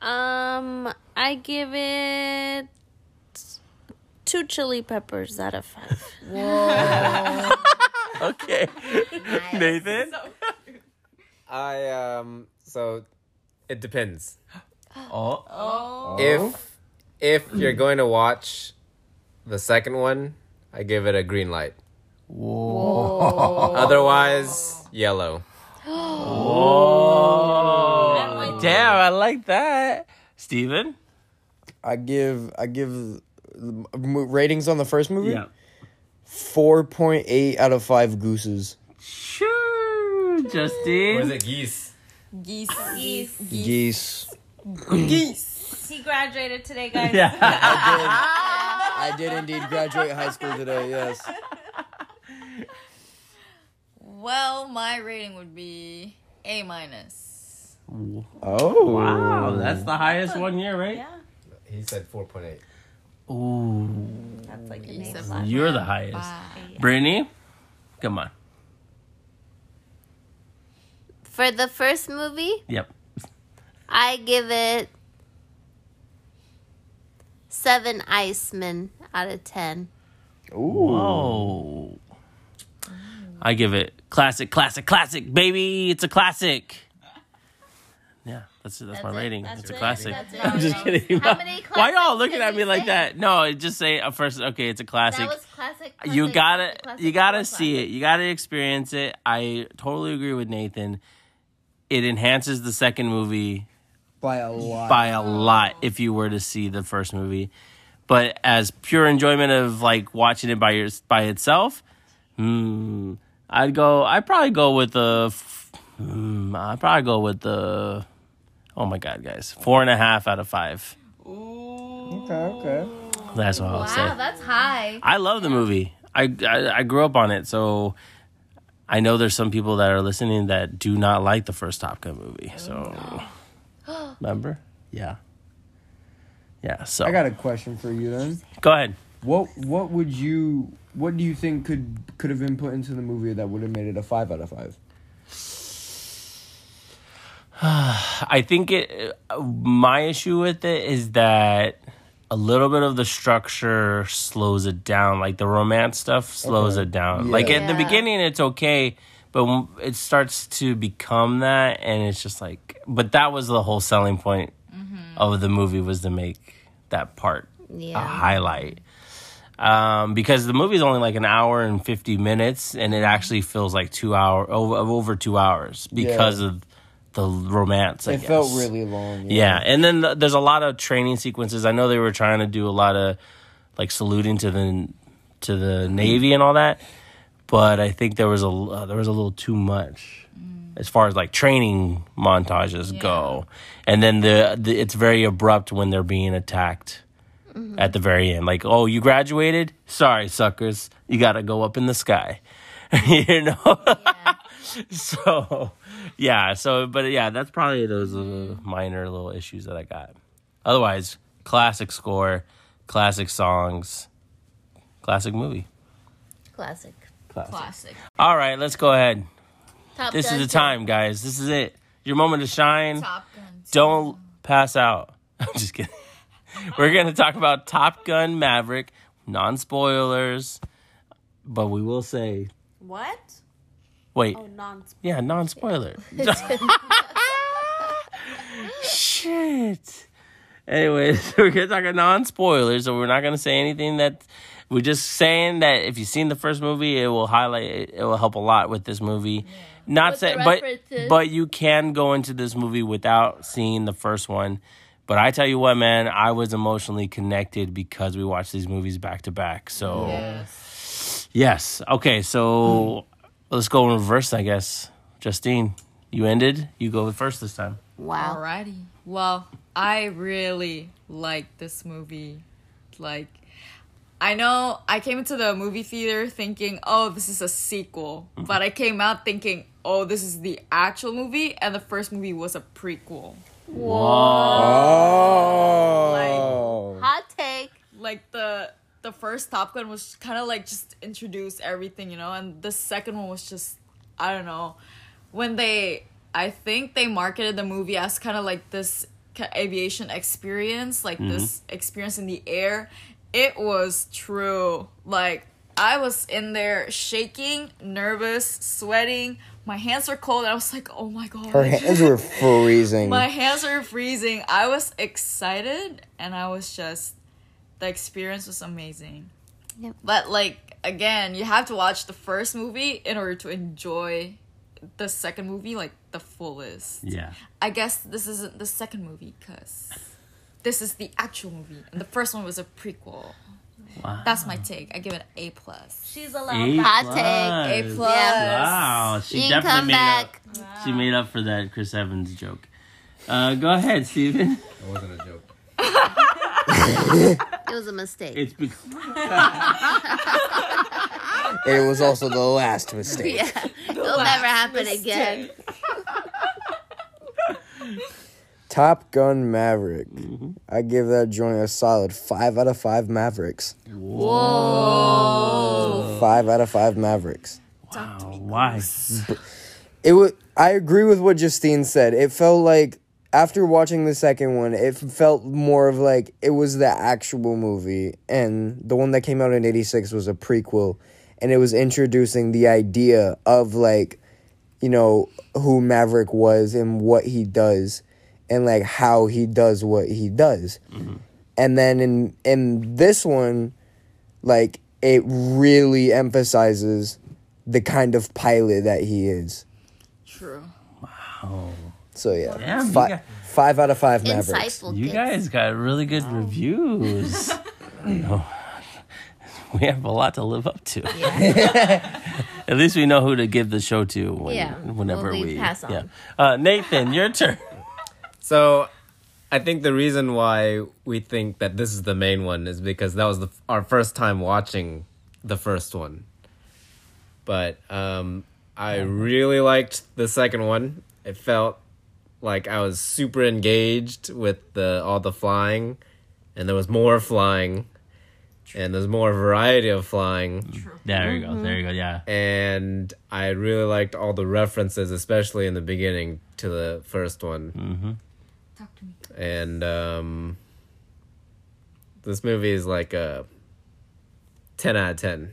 D: Um, I give it two chili peppers out of five.
A: Okay. <laughs> Nathan?
F: I um so it <gasps> depends.
A: Oh.
F: If if you're going to watch the second one, I give it a green light. Otherwise, yellow.
D: Oh.
A: Damn, I like that. Steven?
C: I give I give the mo- ratings on the first movie.
A: Yeah.
C: Four point eight out of five gooses.
A: Shoo, Justine. <laughs>
F: Or is it geese?
E: Geese. Geese.
C: Geese.
D: He graduated today,
A: <laughs>
D: guys.
A: Yeah.
C: I did indeed graduate high school today. Yes.
E: Well, my rating would be A minus.
C: Oh.
A: Wow, that's the highest one year, right?
D: Yeah.
F: He said 4.8.
A: Ooh,
D: That's like an
E: Geese.
D: eight.
A: you're the highest. Brittany, come on.
B: For the first movie,
A: Yep.
B: I give it seven Icemen out of ten.
A: Whoa. I give it classic, classic, classic, baby. It's a classic. Yeah. That's it. That's, my
D: That's it.
A: rating.
D: That's
A: It's a
D: it.
A: classic.
D: That's it.
A: I'm just kidding.
B: How many classics
A: <laughs> Why y'all looking
B: did
A: at
B: we
A: me like
B: say?
A: that? No, just say uh, first. Okay, it's a classic.
B: That was classic.
A: you
B: classic,
A: gotta
B: classic, classic,
A: you gotta
B: classic.
A: see it you gotta experience it i totally agree with nathan it enhances the second movie
C: by a lot.
A: by a lot if you were to see the first movie but as pure enjoyment of like watching it by your, by itself hmm, i'd go i'd probably go with the f- hmm, i'd probably go with the oh my god guys four and a half out of five
C: okay, okay.
A: that's what i'll say
B: Wow, that's high.
A: I love the movie. I, I I grew up on it, so I know there's some people that are listening that do not like the first Top Gun movie. So remember, yeah, yeah. So
C: I got a question for you then.
A: go ahead.
C: What what would you what do you think could could have been put into the movie that would have made it a five out of five?
A: I think it. uh, My issue with it is that a little bit of the structure slows it down. Like the romance stuff slows
C: Okay.
A: it down. Like
C: Yeah.
A: at the
B: Yeah.
A: beginning, it's okay, but when it starts to become that, and it's just like. But that was the whole selling point of the movie was to make that part
B: Yeah.
A: a highlight. Um, because the movie's only like an hour and fifty minutes, and it actually feels like two hour over over two hours because of the romance. I
C: it felt
A: guess.
C: really long.
A: Yeah, and then th- there's a lot of training sequences. I know they were trying to do a lot of like saluting to the to the navy and all that, but I think there was a l- uh, there was a little too much as far as like training montages go. And then the, the it's very abrupt when they're being attacked at the very end. Like, oh, you graduated? Sorry, suckers, you got to go up in the sky. <laughs> you know. <laughs> so yeah so but yeah that's probably those uh, minor little issues that i got otherwise classic score classic songs classic movie
B: Classic.
A: classic
E: Classic.
A: all right let's go ahead
B: Top
A: this is
B: Gun
A: the
B: two.
A: time guys this is it your moment to shine
E: Top Gun.
A: don't pass out <laughs> i'm just kidding we're gonna talk about top gun maverick non spoilers but we will say
D: What?
A: wait
D: Oh, non
A: Yeah, non
B: <laughs>
A: spoiler. <laughs> Shit. Anyways, <laughs> we're gonna talk non spoiler, so we're not gonna say anything that we're just saying that if you've seen the first movie, it will highlight it, it will help a lot with this movie. Not
B: With the
A: say but
B: references.
A: but you can go into this movie without seeing the first one. But I tell you what, man, I was emotionally connected because we watched these movies back to back. So
E: Yes.
A: Yes. Okay, so
B: Hmm.
A: let's go in reverse, I guess. Justine, you ended. You go first this time.
B: Wow.
E: Alrighty. Well, I really like this movie. Like, I know I came into the movie theater thinking, oh, this is a sequel. But I came out thinking, oh, this is the actual movie, and the first movie was a prequel.
C: Oh.
B: Hot take.
E: like the the first Top Gun was kind of like just introduce everything, you know, and the second one was just I don't know when they I think they marketed the movie as kind of like this ca- aviation experience, like this experience in the air. It was true. Like I was in there shaking, nervous, sweating. My hands were cold. I was like, "Oh my god!"
C: Her hands were freezing.
E: My hands were freezing. I was excited and I was just the experience was amazing.
B: Yep.
E: But like again, you have to watch the first movie in order to enjoy the second movie like the fullest.
A: Yeah.
E: I guess this isn't the second movie cuz this is the actual movie and the first one was a prequel.
A: Wow.
E: That's my take. I give it A+. plus.
B: She's a
A: A
B: hot
A: plus.
B: take.
E: A+.
A: Wow. She
B: You can
A: definitely
B: come
A: made
B: back.
A: up. She made up for that Chris Evans joke. Uh, go ahead, Steven. <laughs>
F: It wasn't a joke.
B: It was a mistake.
A: It's be-
C: it was also the last mistake.
B: yeah. <laughs>
A: <laughs>
B: It'll never happen again.
C: Top Gun Maverick. I give that joint a solid five out of five Mavericks. Whoa. Five out of five Mavericks.
A: wow. Why?
C: It was. I agree with what Justine said. It felt like after watching the second one, it felt more of like it was the actual movie, and the one that came out in '86 was a prequel, and it was introducing the idea of like, you know, who Maverick was and what he does,
G: and like how he does what he does. And then in in this one, like it really emphasizes the kind of pilot that he is.
E: True.
G: So yeah,
A: Damn, you
G: Fi-
A: got-
G: five out of five Mavericks.
B: Insightful
A: You
B: kids.
A: guys got really good reviews.
B: <laughs>
A: No. We have a lot to live up to. <laughs> At least we know who to give the show to when,
B: Yeah,
A: whenever
B: when we pass on.
A: Yeah. Uh, Nathan, your turn.
F: So, I think the reason why we think that this is the main one is because that was the, our first time watching the first one. But um, I really liked the second one. It felt like I was super engaged with the all the flying, and there was more flying, and there's more variety of flying
A: <laughs> There you
B: Mm-hmm.
A: go. There you go. Yeah.
F: and I really liked all the references, especially in the beginning to the first one. Mm-hmm.
E: Talk to me.
F: And um, this movie is like a ten out of ten.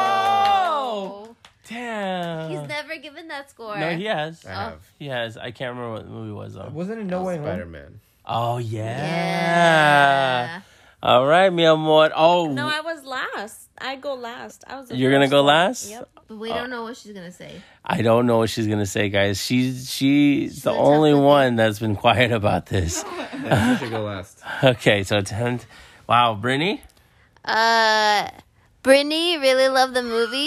A: Oh, damn.
B: He's Oh. never given that score.
A: no, he has.
E: Oh.
F: I have
A: He has. I can't remember what the movie was though.
C: Wasn't it No Way
F: Spider
C: Home?
F: Man.
A: Oh yeah.
B: Yeah.
A: All right, mi amor. Oh,
D: No, I was last. I go last. I was. the
A: you're gonna
D: first
A: go
D: one.
A: last.
D: Yep.
B: But we
A: Oh.
B: don't know what she's gonna say.
A: I don't know what she's gonna say, guys. She's she's, the
B: a tough
A: only
B: cookie.
A: one that's been quiet about this.
F: Yeah, I should go
E: <laughs>
F: last.
A: <laughs> okay, so ten. Wow, Brittany.
B: Uh, Brittany really loved the movie.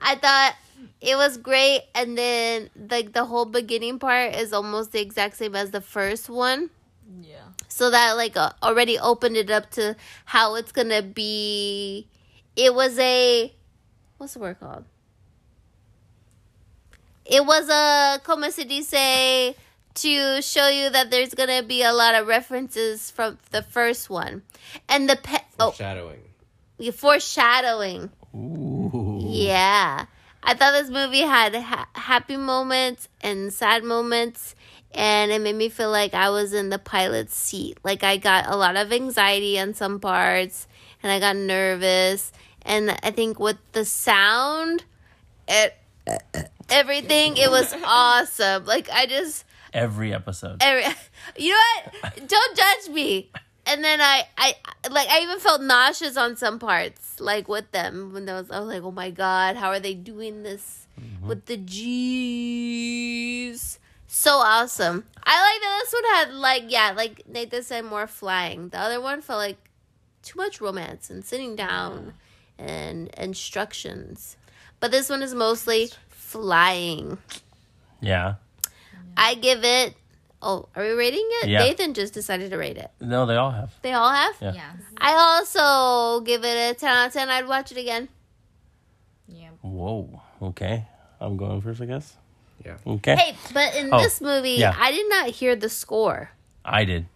B: I thought it was great, and then like the whole beginning part is almost the exact same as the first one.
E: Yeah.
B: so that like uh, already opened it up to how it's gonna be it was a what's the word called it was a como se dice to show you that there's gonna be a lot of references from the first one and the pe- oh
F: Shadowing.
B: yeah, foreshadowing. Yeah. I thought this movie had ha- happy moments and sad moments, and it made me feel like I was in the pilot's seat. Like I got a lot of anxiety on some parts, and I got nervous. And I think with the sound, it, everything, it was awesome. Like I just
A: Every episode.
B: every, <laughs> you know what? Don't judge me. And then I, I, like, I even felt nauseous on some parts, like with them when there was. I was like, oh my god, how are they doing this with the G's? So awesome. I like that this one had like, yeah, like Nathan said, more flying. The other one felt like too much romance and sitting down and instructions. But this one is mostly flying.
A: Yeah.
B: I give it. Oh, are we rating it?
A: Yeah.
B: Nathan just decided to rate it.
A: No, they all have.
B: They all have.
A: Yeah.
E: Yes.
B: I also give it a ten out of ten. I'd watch it again.
E: Yeah.
A: Whoa. Okay. I'm going first, I guess.
F: Yeah.
A: Okay.
B: Hey, but in
A: Oh,
B: this movie,
A: yeah.
B: I did not hear the score.
A: I did.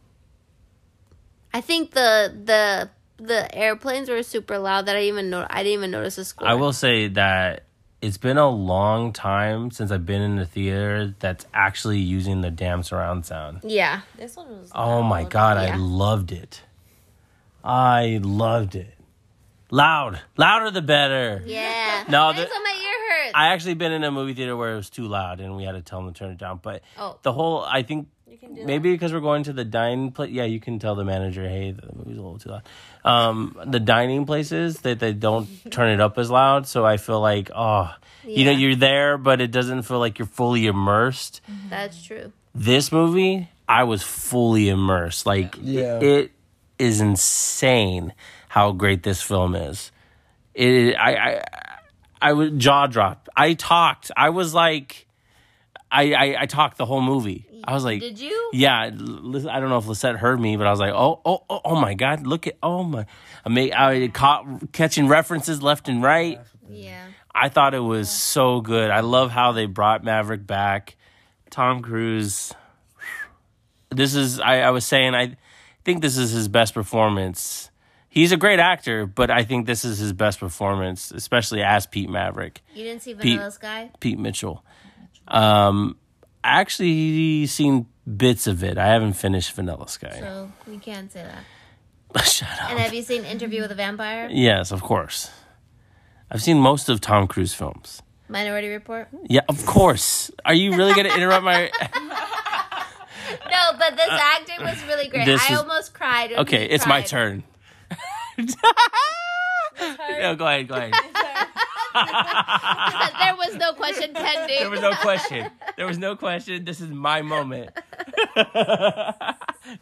B: I think the the the airplanes were super loud that I even know I didn't even notice the score.
A: I will say that it's been a long time since I've been in a theater that's actually using the damn surround sound.
B: Yeah.
D: This one was.
A: Oh my god, I
B: Yeah.
A: loved it. I loved it. Loud, louder the better.
B: <laughs> Yeah.
A: No,
B: That's
A: the-
B: why my ear hurts.
A: I actually been in a movie theater where it was too loud and we had to tell them to turn it down. But
B: Oh.
A: the whole, I think
D: You can do
A: maybe because we're going to the dining place. Yeah, you can tell the manager, hey, the movie's a little too loud. Um, the dining places that they
D: <laughs>
A: don't turn it up as loud. So I feel like, oh, you know,
B: Yeah.
A: you're there, but it doesn't feel like you're fully immersed
B: That's true.
A: this movie, I was fully immersed. Like
C: Yeah.
A: it is insane how great this film is. It I I I was jaw dropped. I talked. I was like I I, I talked the whole movie. I was like
B: Did you?
A: yeah, Lis- I don't know if Lisette heard me, but I was like, oh, oh, oh, oh my God, look at, oh my. I, made, I caught catching references left and right.
B: Yeah.
A: I thought it was so good. I love how they brought Maverick back. Tom Cruise. This is I, I was saying I think this is his best performance. He's a great actor, but I think this is his best performance, especially as Pete Maverick,
B: You didn't see
A: Pete.
B: Vanilla Sky?
A: Pete Mitchell. Um, I actually seen bits of it. I haven't finished Vanilla Sky.
B: So we can't say that.
A: <laughs> Shut up.
B: And have you seen Interview with a Vampire?
A: Yes, of course. I've seen most of Tom Cruise films.
B: Minority Report.
A: Yeah, of course. Are you really gonna interrupt
B: <laughs>
A: my?
B: No, but this acting was really great.
A: Uh, this
B: I
A: is-
B: almost cried. when
A: Okay,
B: he
A: it's my
B: cried.
A: turn.
B: <laughs>
A: no, go ahead, go ahead.
B: there was
A: <laughs>
B: no question pending.
A: There was no question. There was no question. This is my moment. <laughs>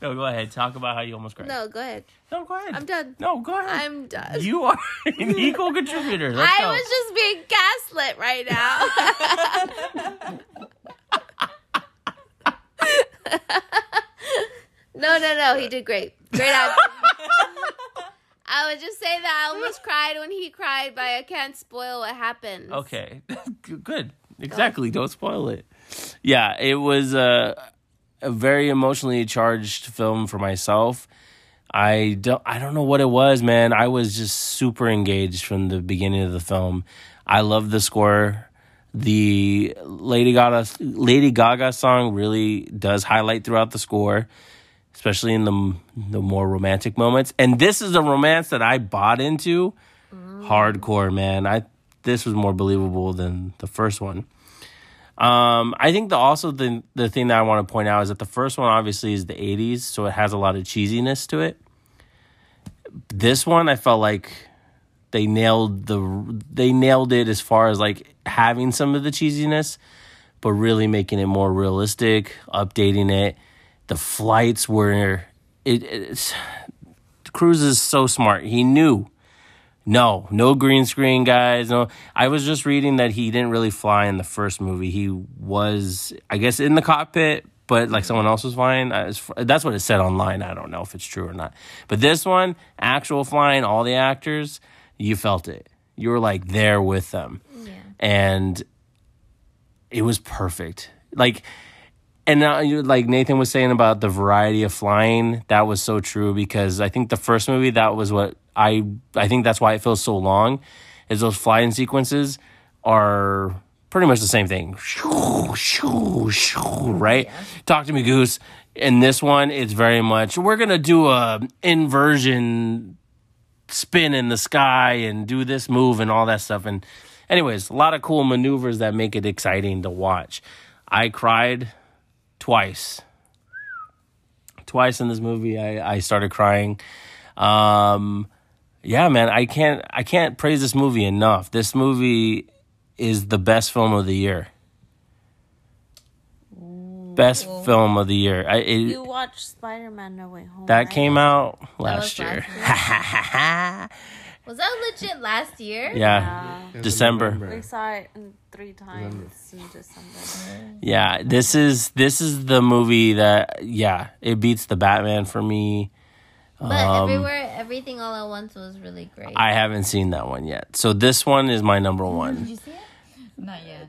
A: no, go ahead. Talk about how you almost cried.
B: <laughs> No, go ahead.
A: No, go ahead.
B: I'm done.
A: No, go ahead.
B: I'm done.
A: You are
B: <laughs>
A: an equal contributor. Let's
B: I
A: go.
B: was just being gaslit right now. <laughs> no, no, no. He did great.
A: <laughs>
B: Great acting. I would just say that I almost cried when he cried, but I can't spoil what happened.
A: Okay. <laughs> G- Good. Exactly. Don't spoil it. Yeah, it was a, a very emotionally charged film for myself. I don't I don't know what it was, man. I was just super engaged from the beginning of the film. I love the score. The Lady Gaga Lady Gaga song really does highlight throughout the score, especially in the the more romantic moments. And this is a romance that I bought into hardcore man i this was more believable than the first one um i think the also the the thing that i want to point out is that the first one obviously is the 80s so it has a lot of cheesiness to it this one i felt like they nailed the they nailed it as far as like having some of the cheesiness but really making it more realistic updating it the flights were it, it's cruz is so smart he knew no, no green screen, guys. No, I was just reading that he didn't really fly in the first movie. He was, I guess, in the cockpit, but like someone else was flying. I- it's- That's what it said online. I don't know if it's true or not. But this one, actual flying, all the actors, you felt it. You were like there with them, and it was perfect. Like and now you like Nathan was saying about the variety of flying, that was so true because I think the first movie that was what I I think that's why it feels so long, is those flying sequences are pretty much the same thing. Shoo, shoo, shoo, right? Talk to me, Goose. In this one, it's very much we're gonna do a inversion spin in the sky and do this move and all that stuff. And anyways, a lot of cool maneuvers that make it exciting to watch. I cried twice. Twice in this movie, I, I started crying. Um, yeah, man, I can't I can't praise this movie enough. This movie is the best film of the year. Best film of the year. I, it,
D: You watched Spider Man No Way Home.
A: that came out
B: was
A: last year.
B: last
A: <laughs>
B: Was that legit last year?
A: yeah, December.
D: We saw it in three times in December.
A: Yeah, this is this is the movie that yeah it beats the Batman for me.
B: But everywhere, everything all at once was really great.
A: Um, I haven't seen that one yet, so this one is my number one.
E: Not yet.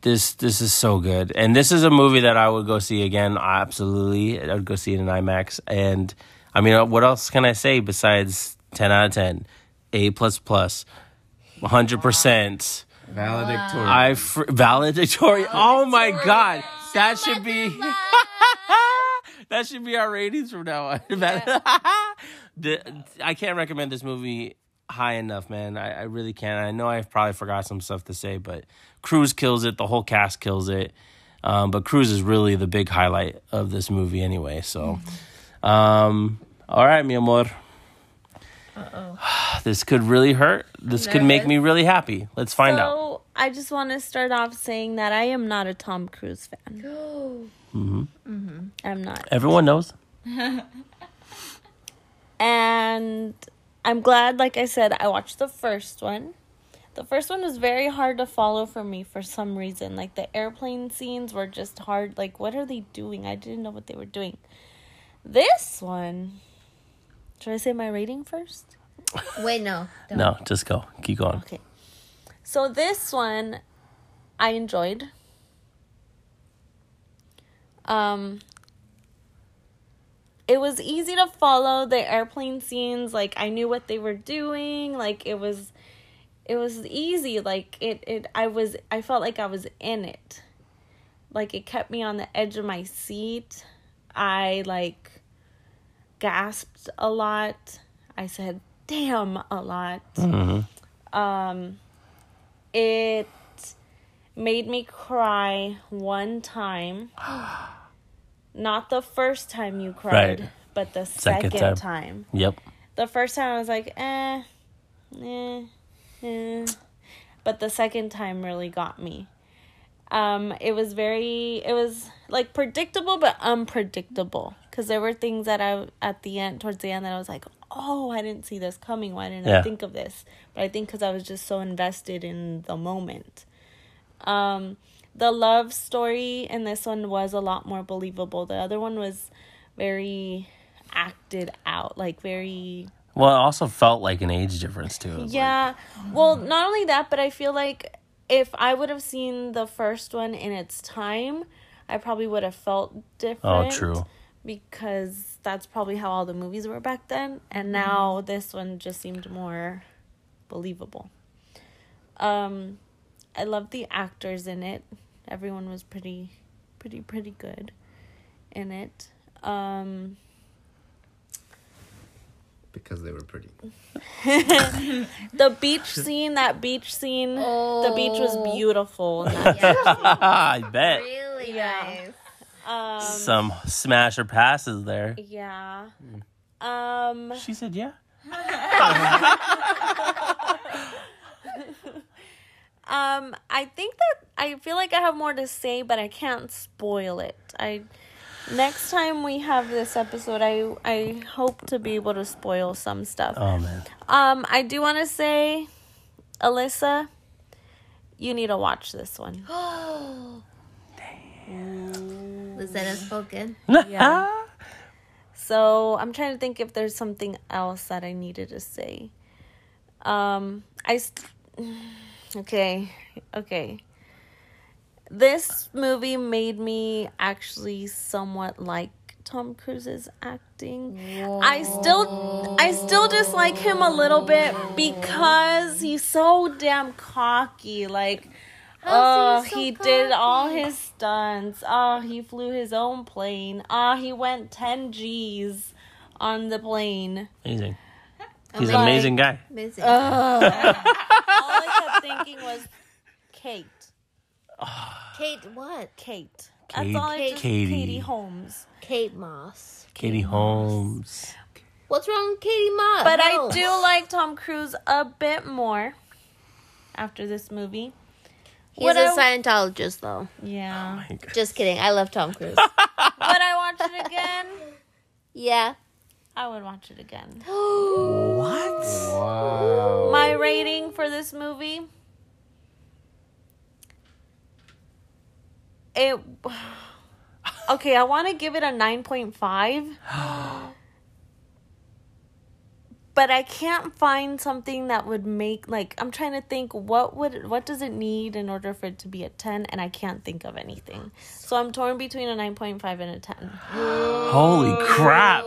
A: this this is so good and this is a movie that i would go see again absolutely i would go see it in imax and i mean what else can i say besides 10 out of 10 a plus plus 100%
F: Valedictorian.
A: i fr- valedictorian oh my god that should be <laughs> that should be our ratings from now on <laughs> The- i can't recommend this movie high enough man I, I really can't i know i've probably forgot some stuff to say but cruz kills it the whole cast kills it um, but cruz is really the big highlight of this movie anyway so um, all right mi amor <sighs> this could really hurt this could make me really happy let's find out
D: So I just want to start off saying that I am not a Tom Cruise fan. mm-hmm. I'm not.
A: Everyone knows.
D: and I'm glad, like I said, I watched the first one. The first one was very hard to follow for me for some reason. Like the airplane scenes were just hard. Like, what are they doing? I didn't know what they were doing. This one. Should I say my rating first?
B: Wait, no. don't.
A: No, just go. Keep going.
D: Okay. So this one I enjoyed. Um it was easy to follow the airplane scenes like I knew what they were doing like it was it was easy like it it I was I felt like I was in it. Like it kept me on the edge of my seat. I like gasped a lot. I said damn a lot
A: Mhm.
D: um it made me cry one <gasps> time. Not the first time you cried,
A: Right.
D: but the
A: Second time.
D: second, time.
A: Yep.
D: The first time I was like, eh, eh, eh. But the second time really got me. Um, it was very, it was like predictable but unpredictable because there were things that I at the end, towards the end, that I was like, oh, I didn't see this coming. Why didn't
A: Yeah.
D: I think of this? But I think because I was just so invested in the moment. Um, the love story in this one was a lot more believable. The other one was very acted out, like very
A: Well, it also felt like an age difference too. It was like-
D: <laughs> yeah. Well, not only that, but I feel like if I would have seen the first one in its time, I probably would have felt
A: oh,
D: different.
A: true.
D: Because that's probably how all the movies were back then, and now this one just seemed more believable. Um, I love the actors in it. Everyone was pretty, pretty, pretty good in it. Um,
E: Uh.
F: because they were pretty.
D: the beach scene, that beach scene, the beach was beautiful. in that
A: I bet
B: Really
D: Yeah.
B: nice.
D: Um,
A: some smasher passes there.
D: yeah. Um,
A: She said, "Yeah."
D: um, I think that I feel like I have more to say, but I can't spoil it. I next time we have this episode, I I hope to be able to spoil some stuff.
A: Oh man.
D: Um, I do want to say, Alyssa, you need to watch this one.
B: Lizette has spoken.
D: Yeah. so I'm trying to think if there's something else that I needed to say. Um, I st- <sighs> okay, okay. This movie made me actually somewhat like Tom Cruise's acting. I still, I still dislike him a little bit because he's so damn cocky. Like,
B: How's
D: oh,
B: he so
D: he did all
B: cocky?
D: his stunts. Oh, he flew his own plane. Oh, he went ten G's on the plane.
A: <laughs> Amazing. He's an
D: Like-
A: amazing guy.
B: Amazing.
D: Uh, All I kept thinking was Kate,
B: Kate, what?
D: Kate.
A: Kate-
D: That's all I just
A: Katie.
D: Katie. Holmes.
B: Kate Moss.
A: Katie Holmes.
B: What's wrong with Katie Moss?
D: But
B: No.
D: I do like Tom Cruise a bit more after this movie.
B: He's
D: What
B: a
D: I-
B: Scientologist, though.
D: Yeah.
B: Just kidding. I love Tom
D: <laughs>
B: Cruise.
D: Would I watch it again?
B: yeah.
D: I would watch it again.
A: What?
F: Wow.
D: My rating for this movie. It <sighs> Okay, I want to give it
B: <gasps>
D: a 9.5. but I can't find something that would make like I'm trying to think what would what does it need in order for it to be a 10 and I can't think of anything. So I'm torn between a 9.5 and a 10.
A: Holy crap!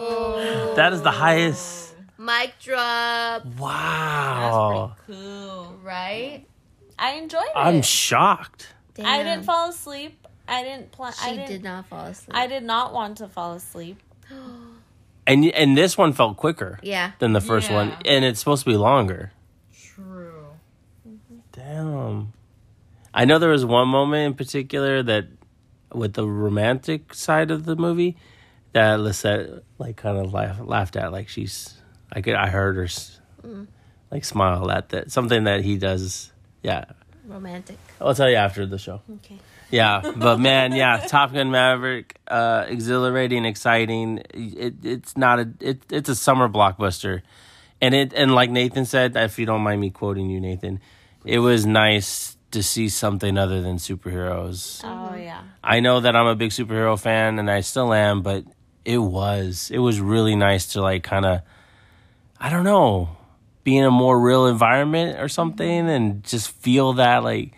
A: That is the highest.
B: Mic drop.
A: Wow.
B: Oh.
E: Cool, right?
D: I enjoyed it.
A: I'm shocked.
B: Damn.
D: I didn't fall asleep. I didn't plan.
B: She
D: I didn't,
B: did not fall asleep.
D: I did not want to fall asleep.
A: And y- and this one felt quicker
B: yeah.
A: than the first
E: Yeah.
A: one, and it's supposed to be longer.
E: True.
A: Damn. I know there was one moment in particular that, with the romantic side of the movie, that Lisette like kind of laugh, laughed at. Like she's, I could, I heard her, s like smile at that. Something that he does. Yeah,
B: Romantic. <gasps>
A: I'll tell you after the show.
D: Okay.
A: Yeah, but man, yeah, Top Gun Maverick, uh, exhilarating, exciting. It, it's not a it, it's a summer blockbuster, and it and like Nathan said, if you don't mind me quoting you, Nathan, it was nice to see something other than superheroes.
D: Oh yeah.
A: I know that I'm a big superhero fan and I still am, but it was it was really nice to like kind of I don't know, be in a more real environment or something and just feel that like <sighs>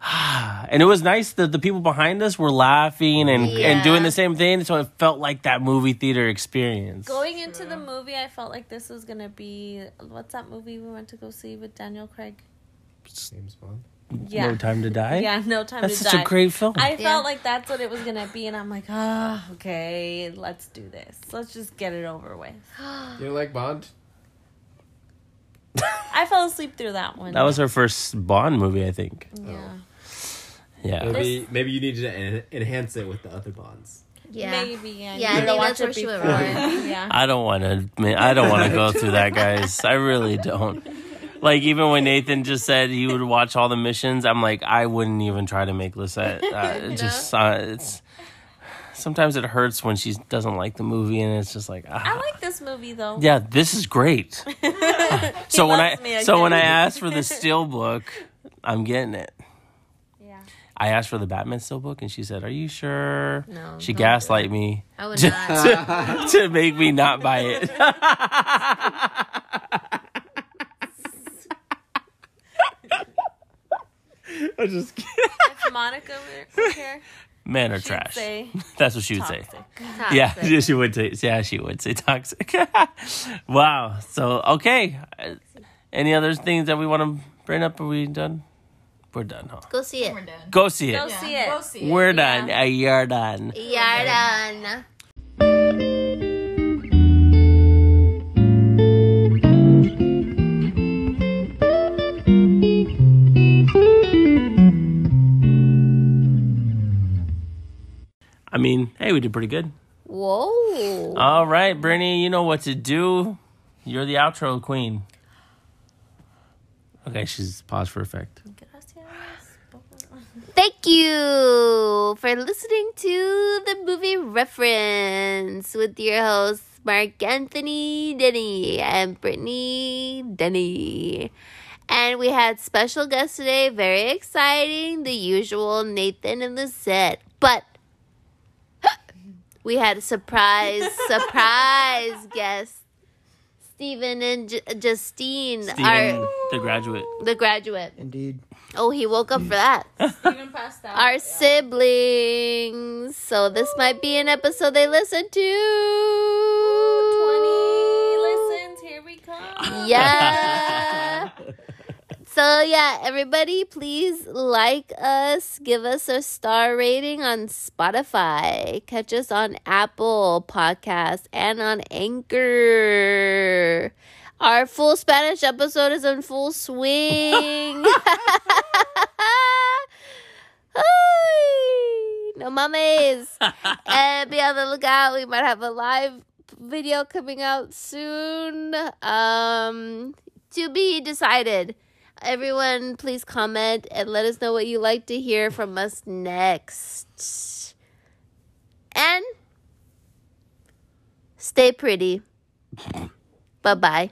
A: ah. and it was nice that the people behind us were laughing and and
B: Yeah.
A: doing the same thing, so it felt like that movie theater experience.
D: Going into the movie, I felt like this was gonna be what's that movie we went to go see with Daniel Craig?
F: James Bond.
D: Yeah.
A: No time to die.
D: Yeah, no time
A: That's
D: to
A: such
D: die.
A: a great film.
D: I
B: Yeah.
D: felt like that's what it was gonna be, and I'm like, ah, okay, let's do this. Let's just get it over with.
F: You like Bond?
D: I fell asleep through that one.
A: that was her first Bond movie, I think.
D: yeah.
A: Yeah.
F: Maybe maybe you needed to en- enhance it with the other bonds.
B: Yeah.
D: Maybe.
B: Yeah,
D: I need
B: I
D: to
B: think
D: watch
B: that's where
D: it
B: she went
D: before.
B: wrong.
D: <laughs> yeah.
A: I don't want to. I don't want to go through that, guys. I really don't. Like even when Nathan just said he would watch all the missions, I'm like, I wouldn't even try to make Lisette. Uh, it just uh, it's sometimes it hurts when she doesn't like the movie, and it's just like,
D: I
A: ah,
D: like this movie though.
A: yeah, this is great. so when I
D: loves me
A: so when I
D: again.
A: asked for the steel book, I'm getting it.
D: Yeah.
A: I asked for the Batman steel book, and she said, "Are you sure?"
B: No,
A: She
B: don't do
A: gaslight me
B: I would
A: to, <laughs>
B: not.
A: to, to make me not buy it.
F: I just kidding.
D: If <laughs> Monica
A: <laughs>
D: were were here,
A: Men are
D: she'd
A: trash.
D: say
A: That's what she would say.
D: toxic.
A: Yeah, <laughs>
B: Toxic.
A: she would say. Yeah, she would say toxic. <laughs> wow. So okay. Uh, Any other things that we want to bring up? Are we done? We're done, huh?
B: Go see it.
E: We're done.
A: Go see it.
D: Go see it.
E: We'll see.
A: We're done. Uh, you're done.
B: Yardan.
A: I mean, hey, we did pretty good.
B: Whoa.
A: All right, Brittany, you know what to do. You're the outro queen. Okay, she's paused for effect.
B: Thank you for listening to the movie reference with your hosts Mark Anthony Denny and Brittany Denny. And we had special guests today, very exciting, the usual Nathan and Lizette. But <gasps> we had a surprise, surprise guest, Stephen and J- Justine,
A: Steven,
B: our,
A: the graduate.
B: the graduate.
C: Indeed.
B: Oh, he woke up for that
D: Even passed out.
B: our siblings. So this might be an episode they listen to.
D: Twenty listens. Here we
A: <laughs>
D: come.
B: Yeah. so yeah, everybody, please like us, give us a star rating on Spotify, catch us on Apple Podcasts and on Anchor. Our full Spanish episode is in full swing. Ay, no mames. and be on the lookout. We might have a live video coming out soon. Um, to be decided. Everyone, please comment and let us know what you like to hear from us next. And stay pretty. bye bye.